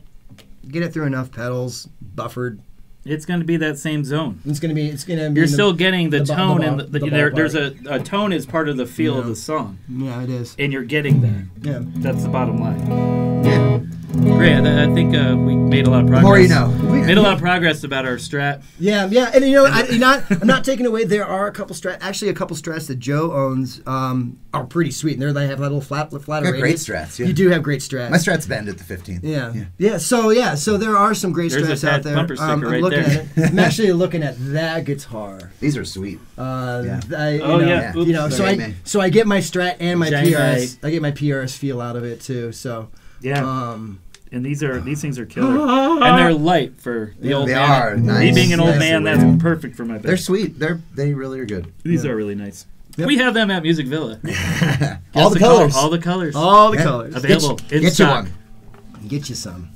[SPEAKER 4] get it through enough pedals, buffered.
[SPEAKER 1] It's going to be that same zone.
[SPEAKER 4] It's gonna be it's gonna be
[SPEAKER 1] You're
[SPEAKER 4] in the-
[SPEAKER 1] still getting the,
[SPEAKER 4] the ba- the
[SPEAKER 1] tone
[SPEAKER 4] ba-
[SPEAKER 1] and the,
[SPEAKER 4] the ba-
[SPEAKER 1] there,
[SPEAKER 4] part.
[SPEAKER 1] there's a, a tone is part of the feel of the song,
[SPEAKER 4] yeah, it is.
[SPEAKER 1] and you're getting that.
[SPEAKER 4] Yeah.
[SPEAKER 1] That's the bottom line. Great. I, I think uh, we made a lot of progress.
[SPEAKER 2] more you know.
[SPEAKER 1] Made a lot of progress about our strat.
[SPEAKER 4] Yeah, yeah, and you know, I, you're not, I'm not taking away. There are a couple strats, actually, a couple strats that Joe owns um, are pretty sweet, and they're they have that little flat, flatter.
[SPEAKER 2] Got great
[SPEAKER 4] radius.
[SPEAKER 2] strats, yeah.
[SPEAKER 4] You do have great strats.
[SPEAKER 2] My strats bend at the 15th.
[SPEAKER 4] Yeah. yeah, So yeah, so there are some great
[SPEAKER 1] There's a
[SPEAKER 4] strats
[SPEAKER 1] fat
[SPEAKER 4] out there.
[SPEAKER 1] bumper sticker
[SPEAKER 4] um, I'm
[SPEAKER 1] right
[SPEAKER 4] looking
[SPEAKER 1] there.
[SPEAKER 4] At it. I'm actually looking at that guitar.
[SPEAKER 2] These are sweet.
[SPEAKER 4] Uh,
[SPEAKER 2] Yeah.
[SPEAKER 4] th- I, you
[SPEAKER 1] Oh,
[SPEAKER 4] know,
[SPEAKER 1] yeah.
[SPEAKER 4] You know,
[SPEAKER 1] Oops,
[SPEAKER 4] so
[SPEAKER 2] sorry.
[SPEAKER 4] I so I get my strat and my
[SPEAKER 1] Jay
[SPEAKER 4] PRS. I get my PRS feel out of it too. So
[SPEAKER 1] Yeah.
[SPEAKER 2] Uh,
[SPEAKER 4] um,
[SPEAKER 1] and these are these things are killer, and they're light for the old
[SPEAKER 2] They
[SPEAKER 1] man.
[SPEAKER 2] are
[SPEAKER 1] Me
[SPEAKER 2] nice.
[SPEAKER 1] being an old
[SPEAKER 2] Nice
[SPEAKER 1] man,
[SPEAKER 2] and
[SPEAKER 1] that's
[SPEAKER 2] weird.
[SPEAKER 1] perfect for my. Back.
[SPEAKER 2] They're sweet. They're they really are good.
[SPEAKER 1] These are really nice.
[SPEAKER 4] Yep.
[SPEAKER 1] We have them at Music Villa.
[SPEAKER 2] All
[SPEAKER 1] That's
[SPEAKER 2] the
[SPEAKER 1] a col-
[SPEAKER 2] colors.
[SPEAKER 1] all the colors.
[SPEAKER 4] all the
[SPEAKER 2] Yeah.
[SPEAKER 4] colors.
[SPEAKER 1] available.
[SPEAKER 2] Get,
[SPEAKER 1] in
[SPEAKER 2] get you
[SPEAKER 1] stock.
[SPEAKER 2] one.
[SPEAKER 4] Get you some.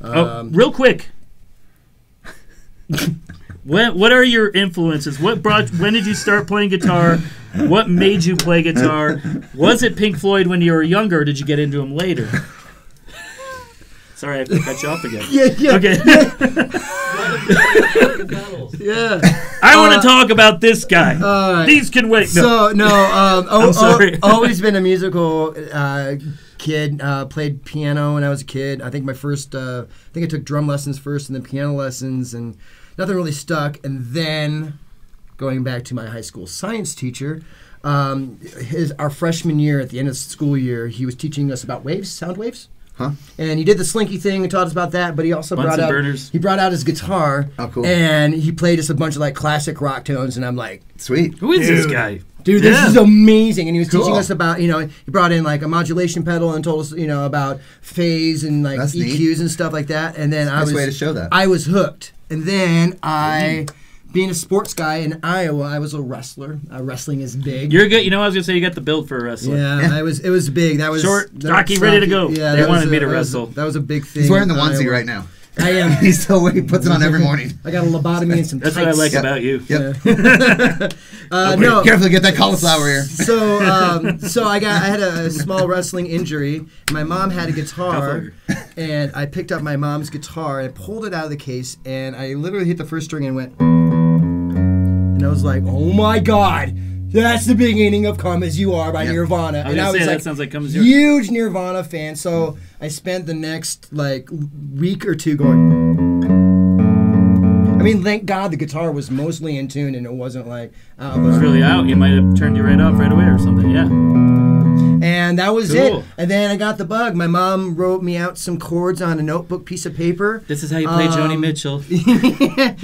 [SPEAKER 1] Oh,
[SPEAKER 4] Um,
[SPEAKER 1] real quick. what what are your influences? What brought? When did you start playing guitar? What made you play guitar? Was it Pink Floyd when you were younger? Or did you get into them later? Sorry, I have to cut you off again.
[SPEAKER 4] Yeah, yeah,
[SPEAKER 1] Okay,
[SPEAKER 4] yeah.
[SPEAKER 1] I want to talk about this guy.
[SPEAKER 4] Uh, All right.
[SPEAKER 1] These can wait. No.
[SPEAKER 4] So no, um, al-
[SPEAKER 1] I'm sorry.
[SPEAKER 4] al- always been a musical uh, kid. Uh, played piano when I was a kid. I think my first, uh, I think I took drum lessons first, and then piano lessons, and nothing really stuck. And then going back to my high school science teacher. Um, his our freshman year at the end of school year, he was teaching us about waves, sound waves,
[SPEAKER 2] Huh?
[SPEAKER 4] and he did the slinky thing and taught us about that. But he also
[SPEAKER 1] Bunsen
[SPEAKER 4] brought out
[SPEAKER 1] burners.
[SPEAKER 4] he brought out his guitar,
[SPEAKER 2] Oh, cool.
[SPEAKER 4] and he played us a bunch of like classic rock tones. And I'm like,
[SPEAKER 2] Sweet.
[SPEAKER 1] Who is this guy?
[SPEAKER 4] Dude, this
[SPEAKER 1] Yeah.
[SPEAKER 4] is amazing. And he was
[SPEAKER 2] Cool.
[SPEAKER 4] teaching us about, you know, he brought in like a modulation pedal and told us, you know, about phase and like
[SPEAKER 2] That's
[SPEAKER 4] EQs
[SPEAKER 2] neat.
[SPEAKER 4] and stuff like that. And then I
[SPEAKER 2] Nice
[SPEAKER 4] was
[SPEAKER 2] way to show that.
[SPEAKER 4] I was hooked. And then I being a sports guy in Iowa, I was a wrestler. Uh, wrestling is big.
[SPEAKER 1] You're good. You know, I was gonna say you got the build for a wrestler.
[SPEAKER 4] yeah, I was. It was big. That was
[SPEAKER 1] Short,
[SPEAKER 4] that
[SPEAKER 1] stocky,
[SPEAKER 4] was
[SPEAKER 1] ready to
[SPEAKER 4] stocky.
[SPEAKER 1] go.
[SPEAKER 4] Yeah,
[SPEAKER 1] They
[SPEAKER 4] that was
[SPEAKER 1] wanted me
[SPEAKER 4] a-
[SPEAKER 1] to
[SPEAKER 4] that was-
[SPEAKER 1] wrestle.
[SPEAKER 4] That was a big thing.
[SPEAKER 2] He's wearing the
[SPEAKER 4] in
[SPEAKER 2] onesie
[SPEAKER 4] Iowa.
[SPEAKER 2] right now.
[SPEAKER 4] I am.
[SPEAKER 2] He's still he puts it on every morning.
[SPEAKER 4] I got a lobotomy and some.
[SPEAKER 1] That's what I
[SPEAKER 4] tights.
[SPEAKER 1] like about you.
[SPEAKER 2] Yep.
[SPEAKER 4] Uh,
[SPEAKER 2] Wait,
[SPEAKER 4] no,
[SPEAKER 2] Carefully get that cauliflower ear.
[SPEAKER 4] So, um, so I got I had a small wrestling injury. My mom had a guitar, and I picked up my mom's guitar and I pulled it out of the case, and I literally hit the first string and went, and I was like, "Oh my god, that's the beginning of "Come As You Are" by Nirvana."
[SPEAKER 1] I was
[SPEAKER 4] and
[SPEAKER 1] gonna
[SPEAKER 4] I was
[SPEAKER 1] say
[SPEAKER 4] like,
[SPEAKER 1] that sounds like comes your.
[SPEAKER 4] huge Nirvana fan. So I spent the next like week or two going. I mean, thank God the guitar was mostly in tune and it wasn't like out of
[SPEAKER 1] It's
[SPEAKER 4] the
[SPEAKER 1] really out. You might have turned you right off right away or something. Yeah.
[SPEAKER 4] And that was
[SPEAKER 1] Cool.
[SPEAKER 4] it. And then I got the bug. My mom wrote me out some chords on a notebook piece of paper.
[SPEAKER 1] This is how you play Joni
[SPEAKER 4] Um,
[SPEAKER 1] Mitchell. She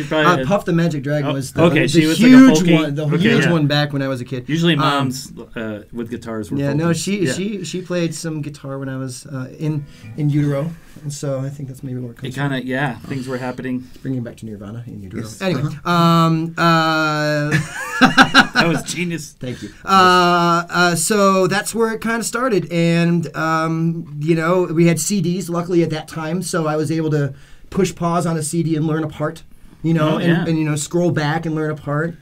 [SPEAKER 1] probably-
[SPEAKER 4] uh, Puff the Magic Dragon
[SPEAKER 1] Oh,
[SPEAKER 4] was the,
[SPEAKER 1] okay,
[SPEAKER 4] the
[SPEAKER 1] she was like a
[SPEAKER 4] huge
[SPEAKER 1] folky-
[SPEAKER 4] one, the
[SPEAKER 1] okay,
[SPEAKER 4] huge
[SPEAKER 1] yeah.
[SPEAKER 4] one back when I was a kid.
[SPEAKER 1] Usually,
[SPEAKER 4] Um,
[SPEAKER 1] moms uh, with guitars were.
[SPEAKER 4] yeah, no,
[SPEAKER 1] vocals.
[SPEAKER 4] she
[SPEAKER 1] Yeah.
[SPEAKER 4] she she played some guitar when I was uh, in in utero, and so I think that's maybe where it
[SPEAKER 1] It
[SPEAKER 4] comes
[SPEAKER 1] kind of yeah, things were happening. Uh-huh.
[SPEAKER 4] um, from. Bringing it back to Nirvana in utero.
[SPEAKER 2] Yes.
[SPEAKER 4] Anyway, um, uh,
[SPEAKER 1] that was genius.
[SPEAKER 4] Thank you. Uh, uh, so that's where it kind of started, and um, you know we had CDs. Luckily at that time, so I was able to push pause on a CD and learn a part. You know,
[SPEAKER 1] Oh,
[SPEAKER 4] and,
[SPEAKER 1] yeah.
[SPEAKER 4] and you know scroll back and learn a part.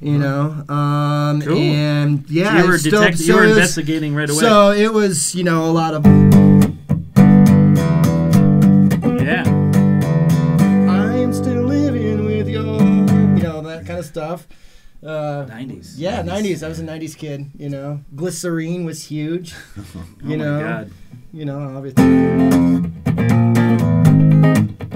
[SPEAKER 4] You know, um,
[SPEAKER 1] Cool.
[SPEAKER 4] and yeah,
[SPEAKER 1] you were
[SPEAKER 4] it's dope.
[SPEAKER 1] detect-
[SPEAKER 4] So
[SPEAKER 1] you were
[SPEAKER 4] it was-
[SPEAKER 1] investigating right away.
[SPEAKER 4] So it was, you know, a lot of.
[SPEAKER 1] yeah.
[SPEAKER 4] I'm still living with you. You know that kind of stuff. Uh,
[SPEAKER 1] 90s.
[SPEAKER 4] Yeah, 90s. I was a 90s kid, you know. Glycerine was huge. You
[SPEAKER 1] Oh
[SPEAKER 4] know.
[SPEAKER 1] my god.
[SPEAKER 4] You know, obviously.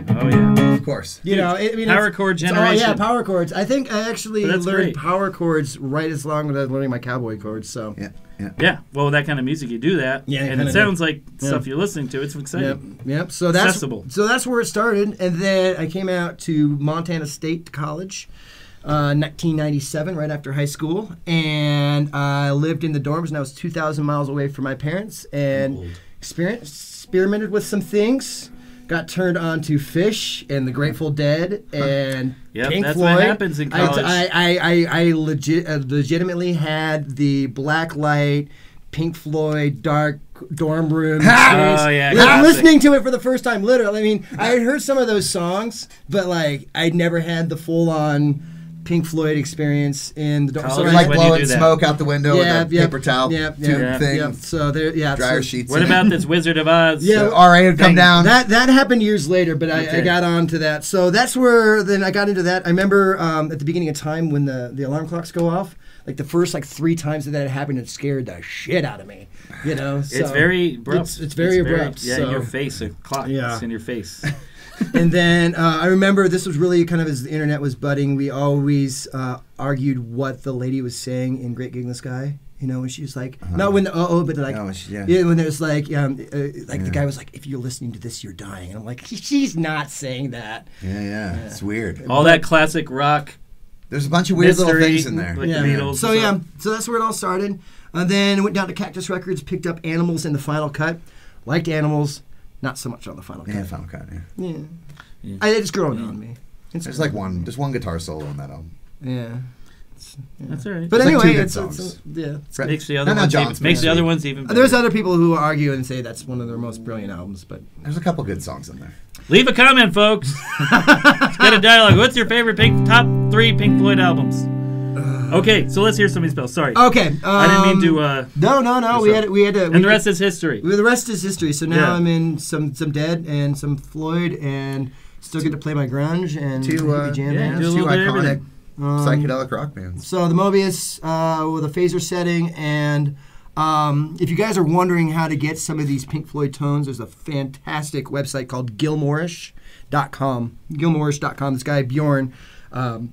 [SPEAKER 1] Oh yeah.
[SPEAKER 2] Of course.
[SPEAKER 4] You know, it, I mean,
[SPEAKER 1] Power
[SPEAKER 4] it's-
[SPEAKER 1] chord
[SPEAKER 4] it's all-
[SPEAKER 1] generation.
[SPEAKER 4] yeah, power chords. I think I actually
[SPEAKER 1] But that's
[SPEAKER 4] learned
[SPEAKER 1] great.
[SPEAKER 4] power chords right as long as I was learning my cowboy chords, so.
[SPEAKER 2] Yeah. Yeah.
[SPEAKER 1] Yeah, well, that kind of music, you do that.
[SPEAKER 4] Yeah,
[SPEAKER 1] and
[SPEAKER 4] you kinda
[SPEAKER 1] it
[SPEAKER 4] do.
[SPEAKER 1] sounds like stuff you're listening to. It's exciting.
[SPEAKER 4] Yep, yep. So that's
[SPEAKER 1] Accessible.
[SPEAKER 4] so that's where it started, and then I came out to Montana State College, uh, 1997, right after high school, and I lived in the dorms, and I was 2,000 miles away from my parents, and experienced experimented with some things. Got turned on to Fish and the Grateful Dead and
[SPEAKER 1] Yep,
[SPEAKER 4] Pink
[SPEAKER 1] that's
[SPEAKER 4] Floyd.
[SPEAKER 1] what happens in
[SPEAKER 4] I-
[SPEAKER 1] college.
[SPEAKER 4] I, I, I, I legit, uh, legitimately had the black light, Pink Floyd, dark dorm room. experience.
[SPEAKER 1] Oh, yeah,
[SPEAKER 4] Li-
[SPEAKER 1] classic.
[SPEAKER 4] listening to it for the first time, literally. I mean, I had heard some of those songs, but like I'd never had the full on Pink Floyd experience in the dorm.
[SPEAKER 1] College
[SPEAKER 4] So
[SPEAKER 2] Sort
[SPEAKER 1] Right
[SPEAKER 2] of like
[SPEAKER 1] when you do
[SPEAKER 2] blowing
[SPEAKER 1] that.
[SPEAKER 2] smoke out the window with a paper towel,
[SPEAKER 4] Yep,
[SPEAKER 2] tube
[SPEAKER 4] yep,
[SPEAKER 2] thing,
[SPEAKER 4] yep. So there, yeah.
[SPEAKER 2] dryer
[SPEAKER 4] so-
[SPEAKER 2] sheets.
[SPEAKER 1] What
[SPEAKER 2] in it.
[SPEAKER 1] about this Wizard of Oz?
[SPEAKER 4] Yeah.
[SPEAKER 2] So RA would come down.
[SPEAKER 4] That that happened years later, but I,
[SPEAKER 1] Okay.
[SPEAKER 4] I got on to that. So that's where then I got into that. I remember um, at the beginning of time when the, the alarm clocks go off, like the first like three times that that happened, it scared the shit out of me. You know, so,
[SPEAKER 1] It's very abrupt.
[SPEAKER 4] It's, it's very abrupt.
[SPEAKER 1] yeah,
[SPEAKER 4] so.
[SPEAKER 1] in your face. A clock
[SPEAKER 4] Yeah.
[SPEAKER 1] is in your face.
[SPEAKER 4] and then uh, I remember this was really kind of as the internet was budding. We always uh, argued what the lady was saying in Great Gig in the Sky. You know, when she was like, not when the uh oh, but like,
[SPEAKER 2] Oh, she- yeah.
[SPEAKER 4] when there's like, um, uh, like the guy was like, if you're listening to this, you're dying. And I'm like, she's not saying that.
[SPEAKER 2] yeah, yeah, It's weird.
[SPEAKER 1] All that classic rock.
[SPEAKER 2] There's a bunch of weird little
[SPEAKER 1] Mystery,
[SPEAKER 2] things in there.
[SPEAKER 1] like
[SPEAKER 4] yeah.
[SPEAKER 1] the Beatles
[SPEAKER 4] So
[SPEAKER 1] and
[SPEAKER 4] yeah,
[SPEAKER 1] stuff.
[SPEAKER 4] so that's where it all started. And then went down to Cactus Records, picked up Animals in the Final Cut. Liked Animals, not so much on the Final Cut.
[SPEAKER 2] yeah, Final Cut. Yeah.
[SPEAKER 4] Yeah.
[SPEAKER 1] Yeah.
[SPEAKER 4] I, it's growing on me. It's
[SPEAKER 2] There's like one, just one guitar solo on that album.
[SPEAKER 4] yeah.
[SPEAKER 1] That's all right.
[SPEAKER 4] But
[SPEAKER 2] It's like
[SPEAKER 4] anyway,
[SPEAKER 2] two good
[SPEAKER 4] it's, it's,
[SPEAKER 2] songs.
[SPEAKER 4] yeah.
[SPEAKER 2] Fred-
[SPEAKER 1] makes the
[SPEAKER 2] No,
[SPEAKER 1] other
[SPEAKER 2] no,
[SPEAKER 1] ones
[SPEAKER 2] John's
[SPEAKER 1] even, makes the
[SPEAKER 2] pretty
[SPEAKER 1] other
[SPEAKER 2] sweet.
[SPEAKER 1] ones even. Better.
[SPEAKER 4] There's other people who argue and say that's one of their most brilliant albums, but
[SPEAKER 2] There's a couple good songs in there.
[SPEAKER 1] Leave a comment, folks. Let's get a dialogue. What's your favorite Pink, top three Pink Floyd albums? Okay, so let's hear somebody spell. Sorry,
[SPEAKER 4] okay.
[SPEAKER 1] I didn't mean to.
[SPEAKER 4] Uh, um,
[SPEAKER 1] Uh,
[SPEAKER 4] no, no, no. We had we had to. we
[SPEAKER 1] and the
[SPEAKER 4] had-
[SPEAKER 1] rest is history.
[SPEAKER 4] well, the rest is history. So now
[SPEAKER 1] Yeah.
[SPEAKER 4] I'm in some some Dead and some Floyd and still get to play my grunge and
[SPEAKER 2] Two, uh,
[SPEAKER 4] hippie jam
[SPEAKER 1] yeah,
[SPEAKER 4] bands.
[SPEAKER 1] do a
[SPEAKER 2] Two
[SPEAKER 1] little bit of
[SPEAKER 2] iconic
[SPEAKER 1] everything.
[SPEAKER 4] Um,
[SPEAKER 2] psychedelic rock bands.
[SPEAKER 4] So the Mobius uh, with a phaser setting, and um, if you guys are wondering how to get some of these Pink Floyd tones, there's a fantastic website called Gilmorish.com. Gilmorish.com. This guy Bjorn, um,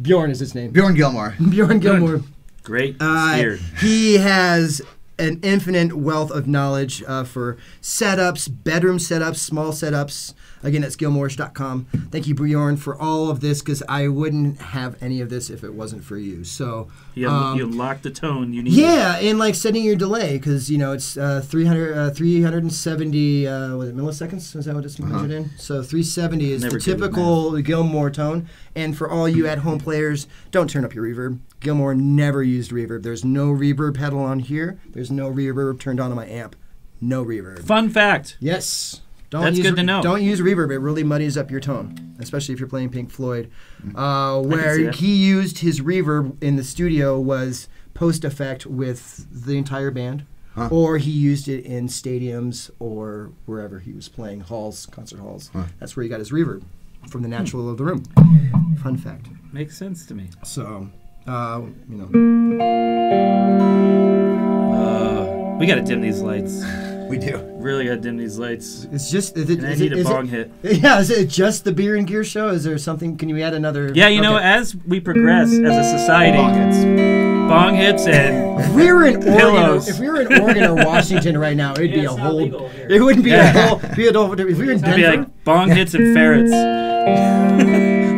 [SPEAKER 4] Bjorn is his name.
[SPEAKER 2] Bjorn Gilmore.
[SPEAKER 4] Bjorn Gilmore.
[SPEAKER 1] Great.
[SPEAKER 4] Uh,
[SPEAKER 1] Here.
[SPEAKER 4] he has an infinite wealth of knowledge uh, for setups, bedroom setups, small setups. Again, that's gilmorish.com. Thank you, Bjorn, for all of this because I wouldn't have any of this if it wasn't for you. So,
[SPEAKER 1] You,
[SPEAKER 4] um,
[SPEAKER 1] you lock the tone. You need.
[SPEAKER 4] yeah, and like setting your delay because you know it's uh, 300, uh, 370 uh, was it milliseconds? Is that what it's measured in? So 370 is
[SPEAKER 1] Uh-huh. Never
[SPEAKER 4] the
[SPEAKER 1] good with
[SPEAKER 4] typical Gilmore tone. And for all you at-home players, don't turn up your reverb. Gilmore never used reverb. There's no reverb pedal on here. There's no reverb turned on on my amp. No reverb.
[SPEAKER 1] Fun fact.
[SPEAKER 4] Yes. Don't
[SPEAKER 1] That's
[SPEAKER 4] use
[SPEAKER 1] good to know.
[SPEAKER 4] Don't use reverb; it really muddies up your tone, especially if you're playing Pink Floyd. Uh,
[SPEAKER 1] Mm. see
[SPEAKER 4] where
[SPEAKER 1] that.
[SPEAKER 4] he used his reverb in the studio was post effect with the entire band, or he used it in stadiums or wherever he was playing halls, concert halls. That's where he got his reverb from the
[SPEAKER 1] Hmm.
[SPEAKER 4] natural of the room. Fun fact.
[SPEAKER 1] Makes sense to me.
[SPEAKER 4] So, uh, you know,
[SPEAKER 1] Uh, we gotta dim these lights.
[SPEAKER 2] We do.
[SPEAKER 1] Really gotta dim these lights.
[SPEAKER 4] it's just is it,
[SPEAKER 1] And I
[SPEAKER 4] is
[SPEAKER 1] need
[SPEAKER 4] it-
[SPEAKER 1] a
[SPEAKER 4] is it-
[SPEAKER 1] bong hit.
[SPEAKER 4] Yeah, is it just the beer and gear show? Is there something? Can you add another?
[SPEAKER 1] Yeah, you know,
[SPEAKER 4] Okay.
[SPEAKER 1] as we progress as a society,
[SPEAKER 2] Pockets.
[SPEAKER 1] bong hits and
[SPEAKER 4] If we were in Oregon, or,
[SPEAKER 1] Pillows.
[SPEAKER 4] if we were in Oregon or Washington right now, it'd be
[SPEAKER 1] Yeah,
[SPEAKER 4] a
[SPEAKER 1] it's not
[SPEAKER 4] whole.
[SPEAKER 1] legal here.
[SPEAKER 4] It wouldn't be
[SPEAKER 1] Yeah.
[SPEAKER 4] a whole. Be a whole if we were in
[SPEAKER 1] it'd be
[SPEAKER 4] Denver,
[SPEAKER 1] like bong hits and ferrets.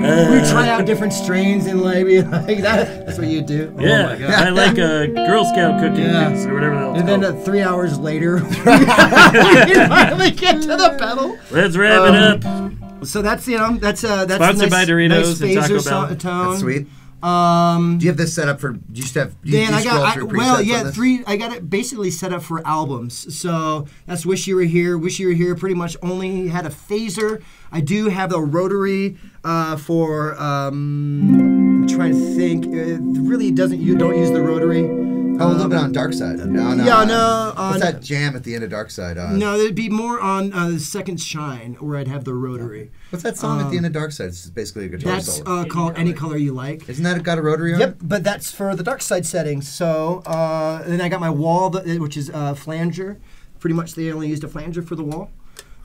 [SPEAKER 4] Oh we would try out different strains and like, be like that. That's what you do. Oh
[SPEAKER 1] yeah,
[SPEAKER 4] my God.
[SPEAKER 1] I like uh, Girl Scout cookies
[SPEAKER 4] Yeah.
[SPEAKER 1] or whatever the hell. it's
[SPEAKER 4] And then uh,
[SPEAKER 1] called.
[SPEAKER 4] three hours later, we finally get to the pedal.
[SPEAKER 1] Let's wrap it up.
[SPEAKER 4] Um, So that's you know that's uh that's
[SPEAKER 1] Sponsored
[SPEAKER 4] nice,
[SPEAKER 1] by Doritos
[SPEAKER 4] nice
[SPEAKER 1] and Taco
[SPEAKER 4] phaser so-
[SPEAKER 1] Bell.
[SPEAKER 4] tone.
[SPEAKER 2] That's sweet.
[SPEAKER 4] Um,
[SPEAKER 2] Do you have this set up for? Do you just have? Do you,
[SPEAKER 4] Dan,
[SPEAKER 2] do you
[SPEAKER 4] I got I,
[SPEAKER 2] scroll through presets
[SPEAKER 4] well,
[SPEAKER 2] on
[SPEAKER 4] yeah,
[SPEAKER 2] this?
[SPEAKER 4] three. I got it basically set up for albums. So that's "Wish You Were Here." "Wish You Were Here" pretty much only had a phaser. I do have a rotary uh, for. Um, I'm trying to think. It really doesn't. You don't use the rotary.
[SPEAKER 2] Oh, a little bit on Dark Side. No, no.
[SPEAKER 4] yeah,
[SPEAKER 2] on-
[SPEAKER 4] no, on-
[SPEAKER 2] what's that jam at the end of Dark Side? On?
[SPEAKER 4] No, it'd be more on uh, the second shine where I'd have the rotary.
[SPEAKER 2] What's that song at the end of Dark Side? It's basically a guitar
[SPEAKER 4] um, That's
[SPEAKER 2] solo.
[SPEAKER 4] uh, called "Any Color You Like."
[SPEAKER 2] Isn't that got a rotary on?
[SPEAKER 4] Yep,
[SPEAKER 2] it?
[SPEAKER 4] but that's for the dark side settings. So uh, then I got my wall, that, which is uh, flanger. Pretty much, they only used a flanger for the wall.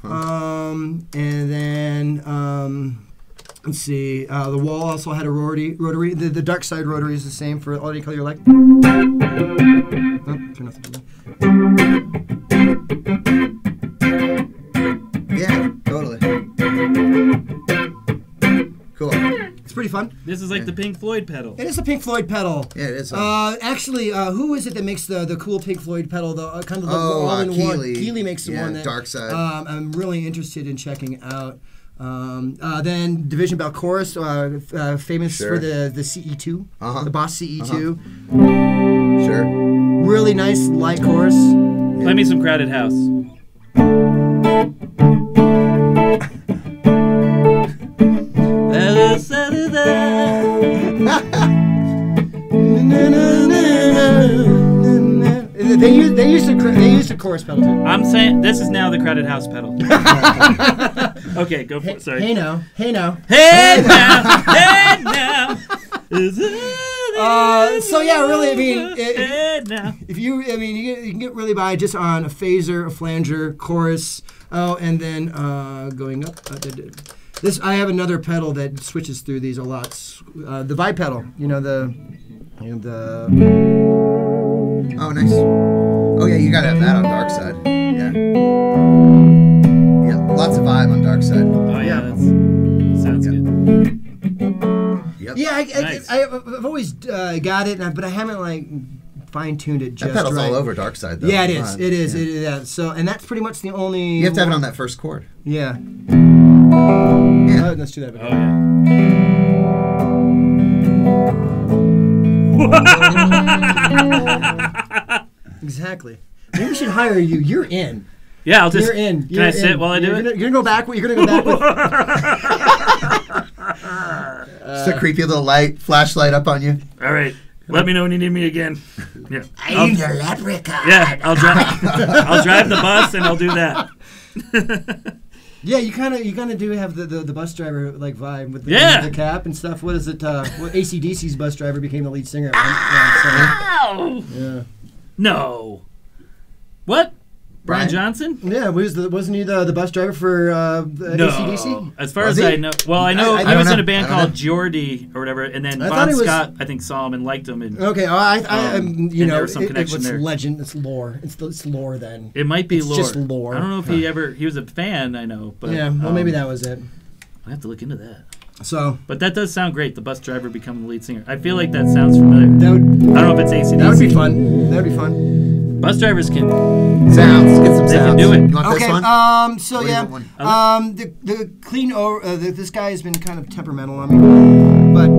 [SPEAKER 4] Um, and then um, let's see, uh, the wall also had a rotary. Rotary. The, the dark side rotary is the same for all you color you like. Oh, turn off the-
[SPEAKER 2] Yeah, totally. Cool. Yeah,
[SPEAKER 4] It's pretty fun.
[SPEAKER 1] This is like the Pink Floyd pedal.
[SPEAKER 4] It is a Pink Floyd pedal.
[SPEAKER 2] it is. on.
[SPEAKER 4] Uh, actually, uh, who is it that makes the, the cool Pink Floyd pedal? The uh, kind of the
[SPEAKER 2] Oh,
[SPEAKER 4] all
[SPEAKER 2] uh,
[SPEAKER 4] in one.
[SPEAKER 2] Keeley.
[SPEAKER 4] Keeley makes the
[SPEAKER 2] Yeah,
[SPEAKER 4] one that
[SPEAKER 2] Dark Side.
[SPEAKER 4] Um, I'm really interested in checking out. Um, uh, then Division Bell Chorus, uh, f- uh, famous
[SPEAKER 2] Sure.
[SPEAKER 4] for the the CE2,
[SPEAKER 2] Uh-huh.
[SPEAKER 4] the Boss CE2.
[SPEAKER 2] sure.
[SPEAKER 4] Really nice light chorus.
[SPEAKER 1] Play me some Crowded House.
[SPEAKER 4] They used they used a cr- they used a chorus pedal. Too.
[SPEAKER 1] I'm saying this is now the Crowded House pedal. okay, go for it. Sorry.
[SPEAKER 4] Hey now, hey now.
[SPEAKER 1] Hey now, hey now. Is it-
[SPEAKER 4] Uh, so yeah, really, I mean, it-
[SPEAKER 1] Hey now.
[SPEAKER 4] If you, I mean, you, get, you can get really by just on a phaser, a flanger, chorus. Oh, and then uh, going up. Uh, da- da- this I have another pedal that switches through these a lot. S- Uh, the bipedal, you know the, you know, the.
[SPEAKER 2] Oh, nice. Oh yeah, you gotta have that on Dark Side. Yeah. Yep. Lots of vibe on Dark Side.
[SPEAKER 1] Oh yeah, that's, sounds
[SPEAKER 2] Yeah.
[SPEAKER 1] good.
[SPEAKER 2] Yep.
[SPEAKER 4] Yeah, I, I,
[SPEAKER 1] Nice.
[SPEAKER 4] I, have always uh, got it, and I- but I haven't like fine tuned it just
[SPEAKER 2] That pedal's
[SPEAKER 4] right.
[SPEAKER 2] all over Dark Side though.
[SPEAKER 4] Yeah, it
[SPEAKER 2] Come
[SPEAKER 4] is.
[SPEAKER 2] on.
[SPEAKER 4] It is.
[SPEAKER 2] Yeah.
[SPEAKER 4] It is. Yeah. So, and that's pretty much the only.
[SPEAKER 2] You have to have it on that first chord.
[SPEAKER 4] Yeah.
[SPEAKER 2] Yeah. Uh-huh.
[SPEAKER 4] Oh, let's do that.
[SPEAKER 1] Oh yeah.
[SPEAKER 4] Exactly. Maybe we should hire you. You're in.
[SPEAKER 1] Yeah, I'll just.
[SPEAKER 4] You're in.
[SPEAKER 1] Can
[SPEAKER 4] You're
[SPEAKER 1] I sit
[SPEAKER 4] in.
[SPEAKER 1] while I do
[SPEAKER 4] you're
[SPEAKER 1] it?
[SPEAKER 4] Gonna, you're gonna go back. You're gonna go back. With, Uh,
[SPEAKER 2] Just a creepy little light, flashlight up on you.
[SPEAKER 1] All right. Let me know when you need me again. Yeah.
[SPEAKER 5] I'm the leprechaun.
[SPEAKER 1] Yeah, I'll drive. I'll drive the bus and I'll do that.
[SPEAKER 4] yeah, you kind of you kind of do have the, the, the bus driver like vibe with the,
[SPEAKER 1] Yeah.
[SPEAKER 4] the cap and stuff. What is it? Uh, well, ACDC's bus driver became the lead singer. at
[SPEAKER 5] Ow!
[SPEAKER 4] one- yeah,
[SPEAKER 1] No. What? Brian
[SPEAKER 2] Brian?
[SPEAKER 1] Johnson?
[SPEAKER 4] so. yeah. Was the, wasn't he the, the bus driver for uh, the
[SPEAKER 1] No.
[SPEAKER 4] ACDC?
[SPEAKER 1] As far
[SPEAKER 2] Was
[SPEAKER 1] as
[SPEAKER 2] he?
[SPEAKER 1] I know, well, I know
[SPEAKER 2] I- I
[SPEAKER 1] he
[SPEAKER 2] don't
[SPEAKER 1] was in
[SPEAKER 2] know.
[SPEAKER 1] a band
[SPEAKER 2] I don't
[SPEAKER 1] called
[SPEAKER 2] know.
[SPEAKER 1] Jordy or whatever, and then
[SPEAKER 4] I thought
[SPEAKER 1] Bon
[SPEAKER 4] he was- Uh,
[SPEAKER 1] Scott. I think Solomon liked him, and
[SPEAKER 4] Okay, I, I,
[SPEAKER 1] Um,
[SPEAKER 4] I'm, you
[SPEAKER 1] and
[SPEAKER 4] know,
[SPEAKER 1] there was some
[SPEAKER 4] it- it-
[SPEAKER 1] connection
[SPEAKER 4] it's
[SPEAKER 1] there.
[SPEAKER 4] legend, it's lore, it's, it's lore. Then,
[SPEAKER 1] it might be
[SPEAKER 4] It's
[SPEAKER 1] lore.
[SPEAKER 4] just lore.
[SPEAKER 1] I don't know if he ever. He was a fan, I know, but
[SPEAKER 4] yeah, well, maybe
[SPEAKER 1] um,
[SPEAKER 4] that was it.
[SPEAKER 1] I have to look into that.
[SPEAKER 4] So
[SPEAKER 1] But that does sound great. The bus driver becoming the lead singer. I feel like that sounds familiar.
[SPEAKER 4] that would
[SPEAKER 1] I don't know if it's ACDC.
[SPEAKER 4] that would be fun. That would be fun.
[SPEAKER 1] Bus drivers can.
[SPEAKER 2] Sounds. Get some sounds.
[SPEAKER 1] They can do it.
[SPEAKER 2] You want
[SPEAKER 4] Okay.
[SPEAKER 2] this one?
[SPEAKER 4] Um. So
[SPEAKER 2] Or you
[SPEAKER 4] yeah.
[SPEAKER 2] want one?
[SPEAKER 4] Um. The the clean over. Uh, the, this guy has been kind of temperamental on me, but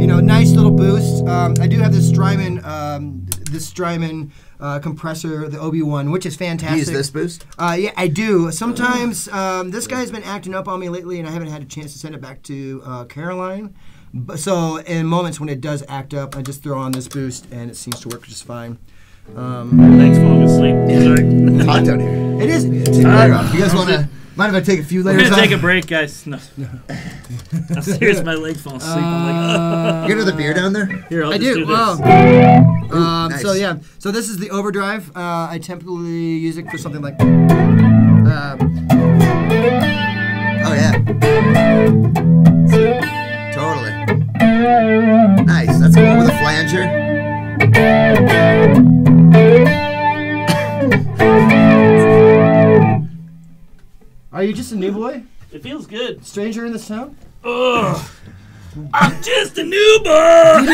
[SPEAKER 4] you know, nice little boost. Um, I do have this Strymon. Um, this Strymon. Uh, compressor, the Obi One, which is fantastic.
[SPEAKER 2] Use this boost.
[SPEAKER 4] Uh, yeah, I do. Sometimes um, this guy's been acting up on me lately, and I haven't had a chance to send it back to uh, Caroline. But, so in moments when it does act up, I just throw on this boost, and it seems to work just fine. Um,
[SPEAKER 1] Thanks, falling asleep. Sorry.
[SPEAKER 2] Hot down here.
[SPEAKER 4] it is.
[SPEAKER 2] Take a layer off. You guys want to? Mind if I take a few
[SPEAKER 1] We're
[SPEAKER 2] layers
[SPEAKER 1] gonna
[SPEAKER 2] off?
[SPEAKER 1] take a break, guys. No. I'm serious. My leg falls asleep. I'm like,
[SPEAKER 2] You got another beer down there?
[SPEAKER 1] here, I'll
[SPEAKER 4] I
[SPEAKER 1] just
[SPEAKER 4] do.
[SPEAKER 1] this.
[SPEAKER 4] Wow. Um, So
[SPEAKER 2] nice.
[SPEAKER 4] yeah. So this is the overdrive. Uh, I typically use it for something like. Um,
[SPEAKER 2] Oh yeah. Totally. Nice. That's cool. With a flanger.
[SPEAKER 4] are you just a new boy,
[SPEAKER 1] It feels good.
[SPEAKER 4] stranger in this town?
[SPEAKER 1] Ugh. I'm just a newborn.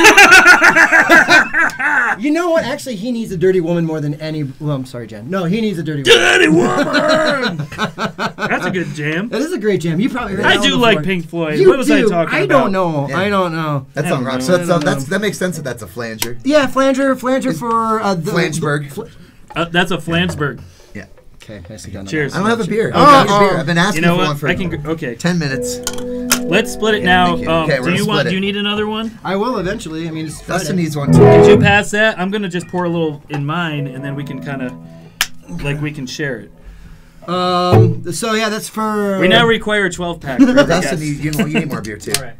[SPEAKER 4] You know what? Actually, he needs a dirty woman more than any. Well, I'm sorry, Jen. No, he needs a dirty woman.
[SPEAKER 1] Dirty woman. That's a good jam.
[SPEAKER 4] That is a great jam. You probably heard.
[SPEAKER 1] I
[SPEAKER 4] that
[SPEAKER 1] do
[SPEAKER 4] all
[SPEAKER 1] like
[SPEAKER 4] before.
[SPEAKER 1] Pink Floyd.
[SPEAKER 4] You
[SPEAKER 1] what was
[SPEAKER 4] do.
[SPEAKER 1] I talking
[SPEAKER 4] I
[SPEAKER 1] about?
[SPEAKER 4] don't know.
[SPEAKER 2] Yeah.
[SPEAKER 4] I don't know.
[SPEAKER 2] That
[SPEAKER 1] I
[SPEAKER 2] song
[SPEAKER 1] don't
[SPEAKER 2] rocks.
[SPEAKER 1] know,
[SPEAKER 2] So that's,
[SPEAKER 1] I
[SPEAKER 2] uh,
[SPEAKER 1] don't
[SPEAKER 2] that's
[SPEAKER 1] know.
[SPEAKER 2] that makes sense that that's a flanger.
[SPEAKER 4] Yeah, flanger, flanger for uh, the
[SPEAKER 2] Flangeberg.
[SPEAKER 1] Uh, that's a Flansburg.
[SPEAKER 2] Yeah.
[SPEAKER 4] Okay, I see. Got
[SPEAKER 1] Cheers.
[SPEAKER 2] I don't have a beer.
[SPEAKER 4] Oh,
[SPEAKER 2] I don't have a
[SPEAKER 4] oh.
[SPEAKER 2] beer. I've been
[SPEAKER 1] You
[SPEAKER 2] asking
[SPEAKER 1] know
[SPEAKER 2] for one
[SPEAKER 1] what?
[SPEAKER 2] for
[SPEAKER 1] I can. gr- Okay.
[SPEAKER 2] ten minutes.
[SPEAKER 1] Let's split it
[SPEAKER 2] Yeah,
[SPEAKER 1] now.
[SPEAKER 2] thank you.
[SPEAKER 1] Um,
[SPEAKER 2] Okay, we're
[SPEAKER 1] do
[SPEAKER 2] gonna
[SPEAKER 1] you want?
[SPEAKER 2] split
[SPEAKER 1] Do
[SPEAKER 2] it.
[SPEAKER 1] you need another one?
[SPEAKER 4] I will eventually. I mean, it's
[SPEAKER 2] Dustin
[SPEAKER 4] Friday.
[SPEAKER 2] needs one too.
[SPEAKER 1] Did you pass that? I'm gonna just pour a little in mine, and then we can kind of, like, we can share it.
[SPEAKER 4] Um. So yeah, that's for.
[SPEAKER 1] We now require a 12 pack. for every
[SPEAKER 2] Dustin,
[SPEAKER 1] guest.
[SPEAKER 2] you, you, you need more beer too.
[SPEAKER 1] All right.